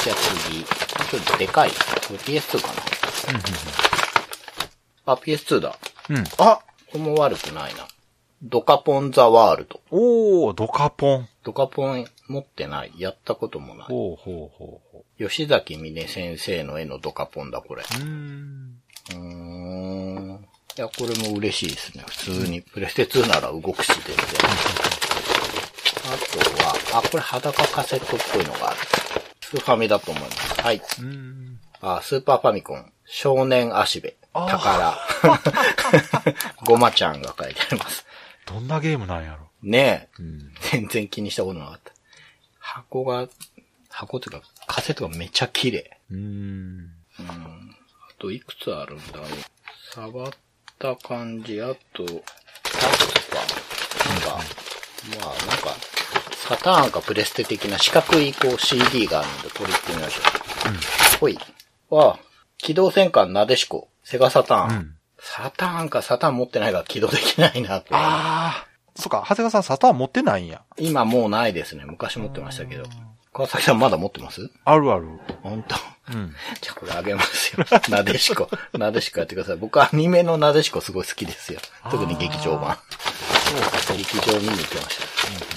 C: じゃあ次、ちょっとでかい。これ PS2 かなあ、PS2 だ。
B: うん。
C: あこれも悪くないな。ドカポンザワールド。
B: おー、ドカポン。
C: ドカポン持ってない。やったこともない。
B: ほうほうほうほ
C: 吉崎峰先生の絵のドカポンだ、これ。
B: う。うーん。
C: うーん。いや、これも嬉しいですね。普通に。プレステ2なら動くし、全然。あとは、あ、これ裸カセットっぽいのがある。スーファミだと思います。はい。
B: うーん。
C: あ、スーパーファミコン。少年足部。
B: あー
C: 宝。 ごまちゃんが書いてあります。
B: どんなゲームなんやろ。
C: ね
B: う
C: え。
B: ん。
C: 全然気にしたことなかった。箱が、箱というか、カセットがめちゃ綺麗。
B: うーん。
C: あと、いくつあるんだろう。触った感じ、あと、タッチか。なんか、まあ、なんか、サターンかプレステ的な四角いこう CD があるので、取り付けみましょう。ほい。は、機動戦艦なでしこ、セガサターン。
B: うん
C: サターンかサターン持ってないから起動できないなと。
B: あー。そっか、長谷川さんサターン持ってないんや。
C: 今もうないですね。昔持ってましたけど。川崎さんまだ持ってます
B: あるある。
C: 本当。
B: うん。
C: じゃあこれあげますよ。 なでしこ。なでしこやってください。僕アニメのなでしこすごい好きですよ。特に劇場版。劇場見に行きまし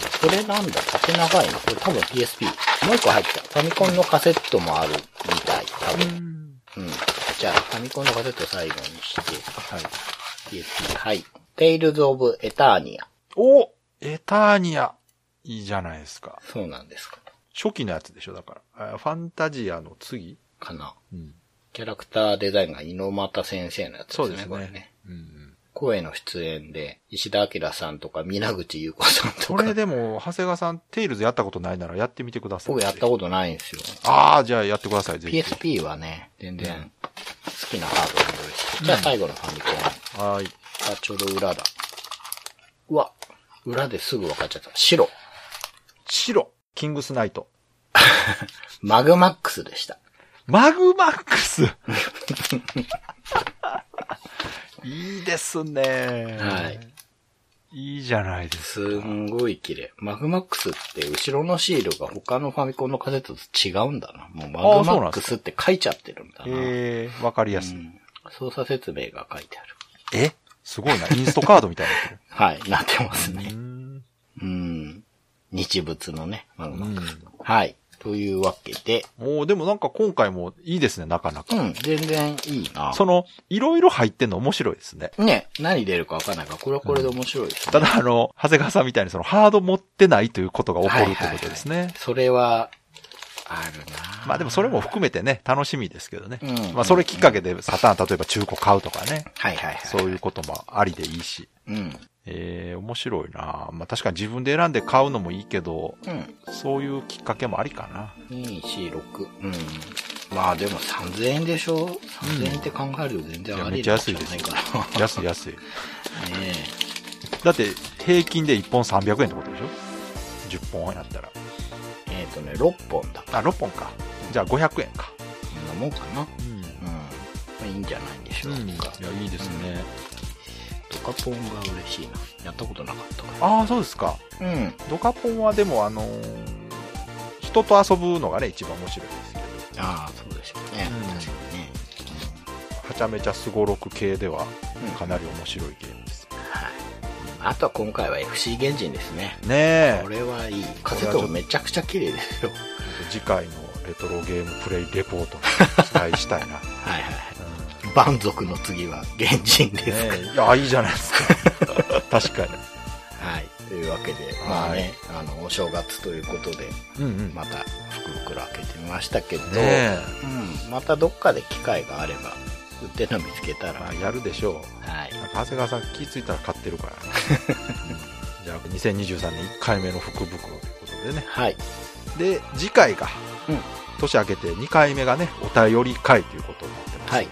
C: た。これなんだ縦長いな。これ多分 PSP。もう一個入った。ファミコンのカセットもあるみたい。多分。うん。じゃあ、ファミコンのカセット最後にして。はい。PSP。はい。Tales of Eternia。
B: おエターニア。いいじゃないですか。
C: そうなんですか。
B: 初期のやつでしょ、だから。あファンタジアの次
C: かな。
B: うん。
C: キャラクターデザインが猪俣先生のやつですね。
B: そうです
C: これ
B: ね
C: ね。。
B: うん。
C: 声の出演で、石田明さんとか、皆口優子さんと
B: こ
C: か、
B: れでも、長谷川さん、テイルズやったことないならやってみてください。
C: 僕やったことないんですよ。
B: ああ、じゃあやってください、ぜひ。
C: PSP はね、全然好きなハードルです。じゃあ最後のファミコン。
B: はーい。
C: あ、ちょうど裏だ。うわ、裏ですぐ分かっちゃった。白。
B: 白、キングスナイト。
C: マグマックスでした。
B: マグマック スいいですね。
C: はい。
B: いいじゃないです
C: すんごい綺麗。マグマックスって後ろのシールが他のファミコンのカセットと違うんだな。もうマグ
B: あそう
C: マ
B: な
C: ッ
B: んで
C: ク
B: す
C: スって書いちゃってるんだ
B: か。
C: な。うん
B: ええー、わかりやすい。
C: 操作説明が書いてある。
B: えすごいな。インストカードみたいになってる。
C: はい、なってます ね。
B: うん。
C: うん。日仏のね、マグマックスのはい。というわけで、
B: おーでもなんか今回もいいですね、なかなか。
C: うん、全然いいな。
B: その、いろいろ入ってんの面白いですね。
C: ね、何出るかわかんないから、これはこれで面白いですね。
B: ただ、あの、長谷川さんみたいにその、ハード持ってないということが起こるってことですね。
C: それは、あるな。
B: まあでもそれも含めてね、楽しみですけどね。
C: うん
B: まあそれきっかけでサターン例えば中古買うとかね。
C: はいはいはい。
B: そういうこともありでいいし。
C: うん。
B: えー、面白いなまあ確かに自分で選んで買うのもいいけど、そういうきっかけもありかな。
C: うん。2、4、6。うん。まあでも3000円でしょ ?3000 円って考えると全然ありなんじゃ ないかな。
B: 安い安い。
C: ね
B: だって平均で1本300円ってことでしょ ?10 本やったら。
C: え。えっ、とね、6本だ。
B: あ、6本か。じゃあ500円か。
C: こんなもんかな。
B: うん。
C: うん。まあ、いいんじゃないでしょう
B: い
C: か。
B: や、いいですね。
C: ドカポンが嬉しいな。やったことなかったか
B: ああ、そうですか。
C: ら。うん。
B: ドカポンはでもあのー人と遊ぶのがね、一番面白いですけど。
C: ああ、そうでしょうね。
B: うん
C: 確かにね。
B: はちゃめちゃすごろく系では
C: うん
B: かなり面白いゲームです。
C: あとは今回は FC 原人ですね。
B: ねえ
C: こ、れはいい。カセットもめちゃくちゃ綺麗ですよ。
B: 次回のレトロゲームプレイレポートに期待 したいな。
C: はいはい。蛮族の次は原人ですか
B: ね
C: ら。
B: え、いや、いいじゃない ですか。確かに。
C: はい。というわけで、
B: はい
C: まあね、あの、お正月ということで、
B: うんうん。
C: また福袋開けてみましたけど、
B: ねえ、
C: うん。またどっかで機会があれば、売ってるの見つけたら、
B: ま
C: は
B: あ、
C: い。
B: やるでしょう。なんか長谷川さん気づいたら買ってる から、うんじゃあ、2023年1回目の福袋ということでね。
C: はい。
B: で、次回が、
C: うん
B: 年明けて2回目がね、お便り会ということになってますので、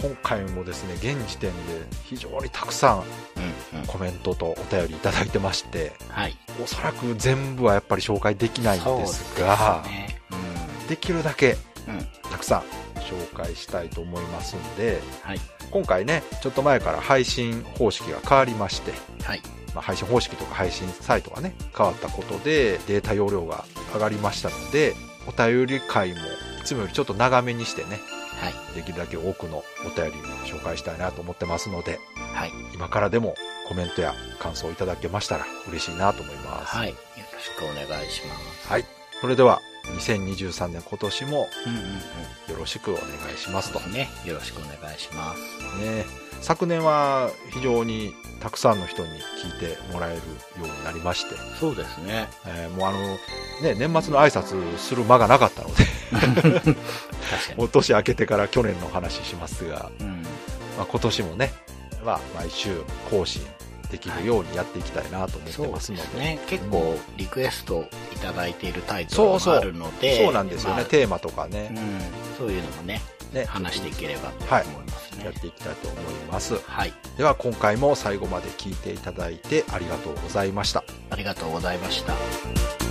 B: 今回もですね、現時点で非常にたくさん
C: うんうん。
B: コメントとお便りいただいてまして、
C: はい。
B: おそらく全部はやっぱり紹介できないん
C: そう
B: で
C: です
B: すが、で
C: ね。
B: きるだけ
C: うん。うん。
B: たくさん紹介したいと思いますんで、
C: はい。
B: 今回ね、ちょっと前から配信方式が変わりまして、
C: はい。
B: まあ、配信方式とか配信サイトがね変わったことでデータ容量が上がりましたのでお便り会もいつもよりちょっと長めにしてね
C: はい。
B: できるだけ多くのお便りを紹介したいなと思ってますので
C: はい。
B: 今からでもコメントや感想をいただけましたら嬉しいなと思います、
C: はい。よろしくお願いします。
B: はいそれでは2023年今年も
C: うんうんうん。
B: よろしくお願いしますと
C: そうね。よろしくお願いします。
B: ね昨年は非常にたくさんの人に聞いてもらえるようになりまして
C: そうですね。
B: えーもうあの、ね、年末の挨拶する間がなかったの で、
C: 確かに。
B: もう年明けてから去年の話しますが、
C: うん。
B: まあ、今年もね、まあ、毎週更新できるようにやっていきたいなと思って
C: そうで
B: ます
C: す
B: ので、
C: ね。結構リクエストいただいているタイトルもあるので。
B: そうなんですよね、
C: まあ
B: テーマとか
C: う
B: ね、
C: ん。そういうのもね、
B: ね
C: 話していければと
B: はい
C: 思います
B: やっ
C: ね。
B: ていきたいと思います。
C: はい。
B: では、今回も最後まで聞いていただいてありがとうございました。
C: ありがとうございました。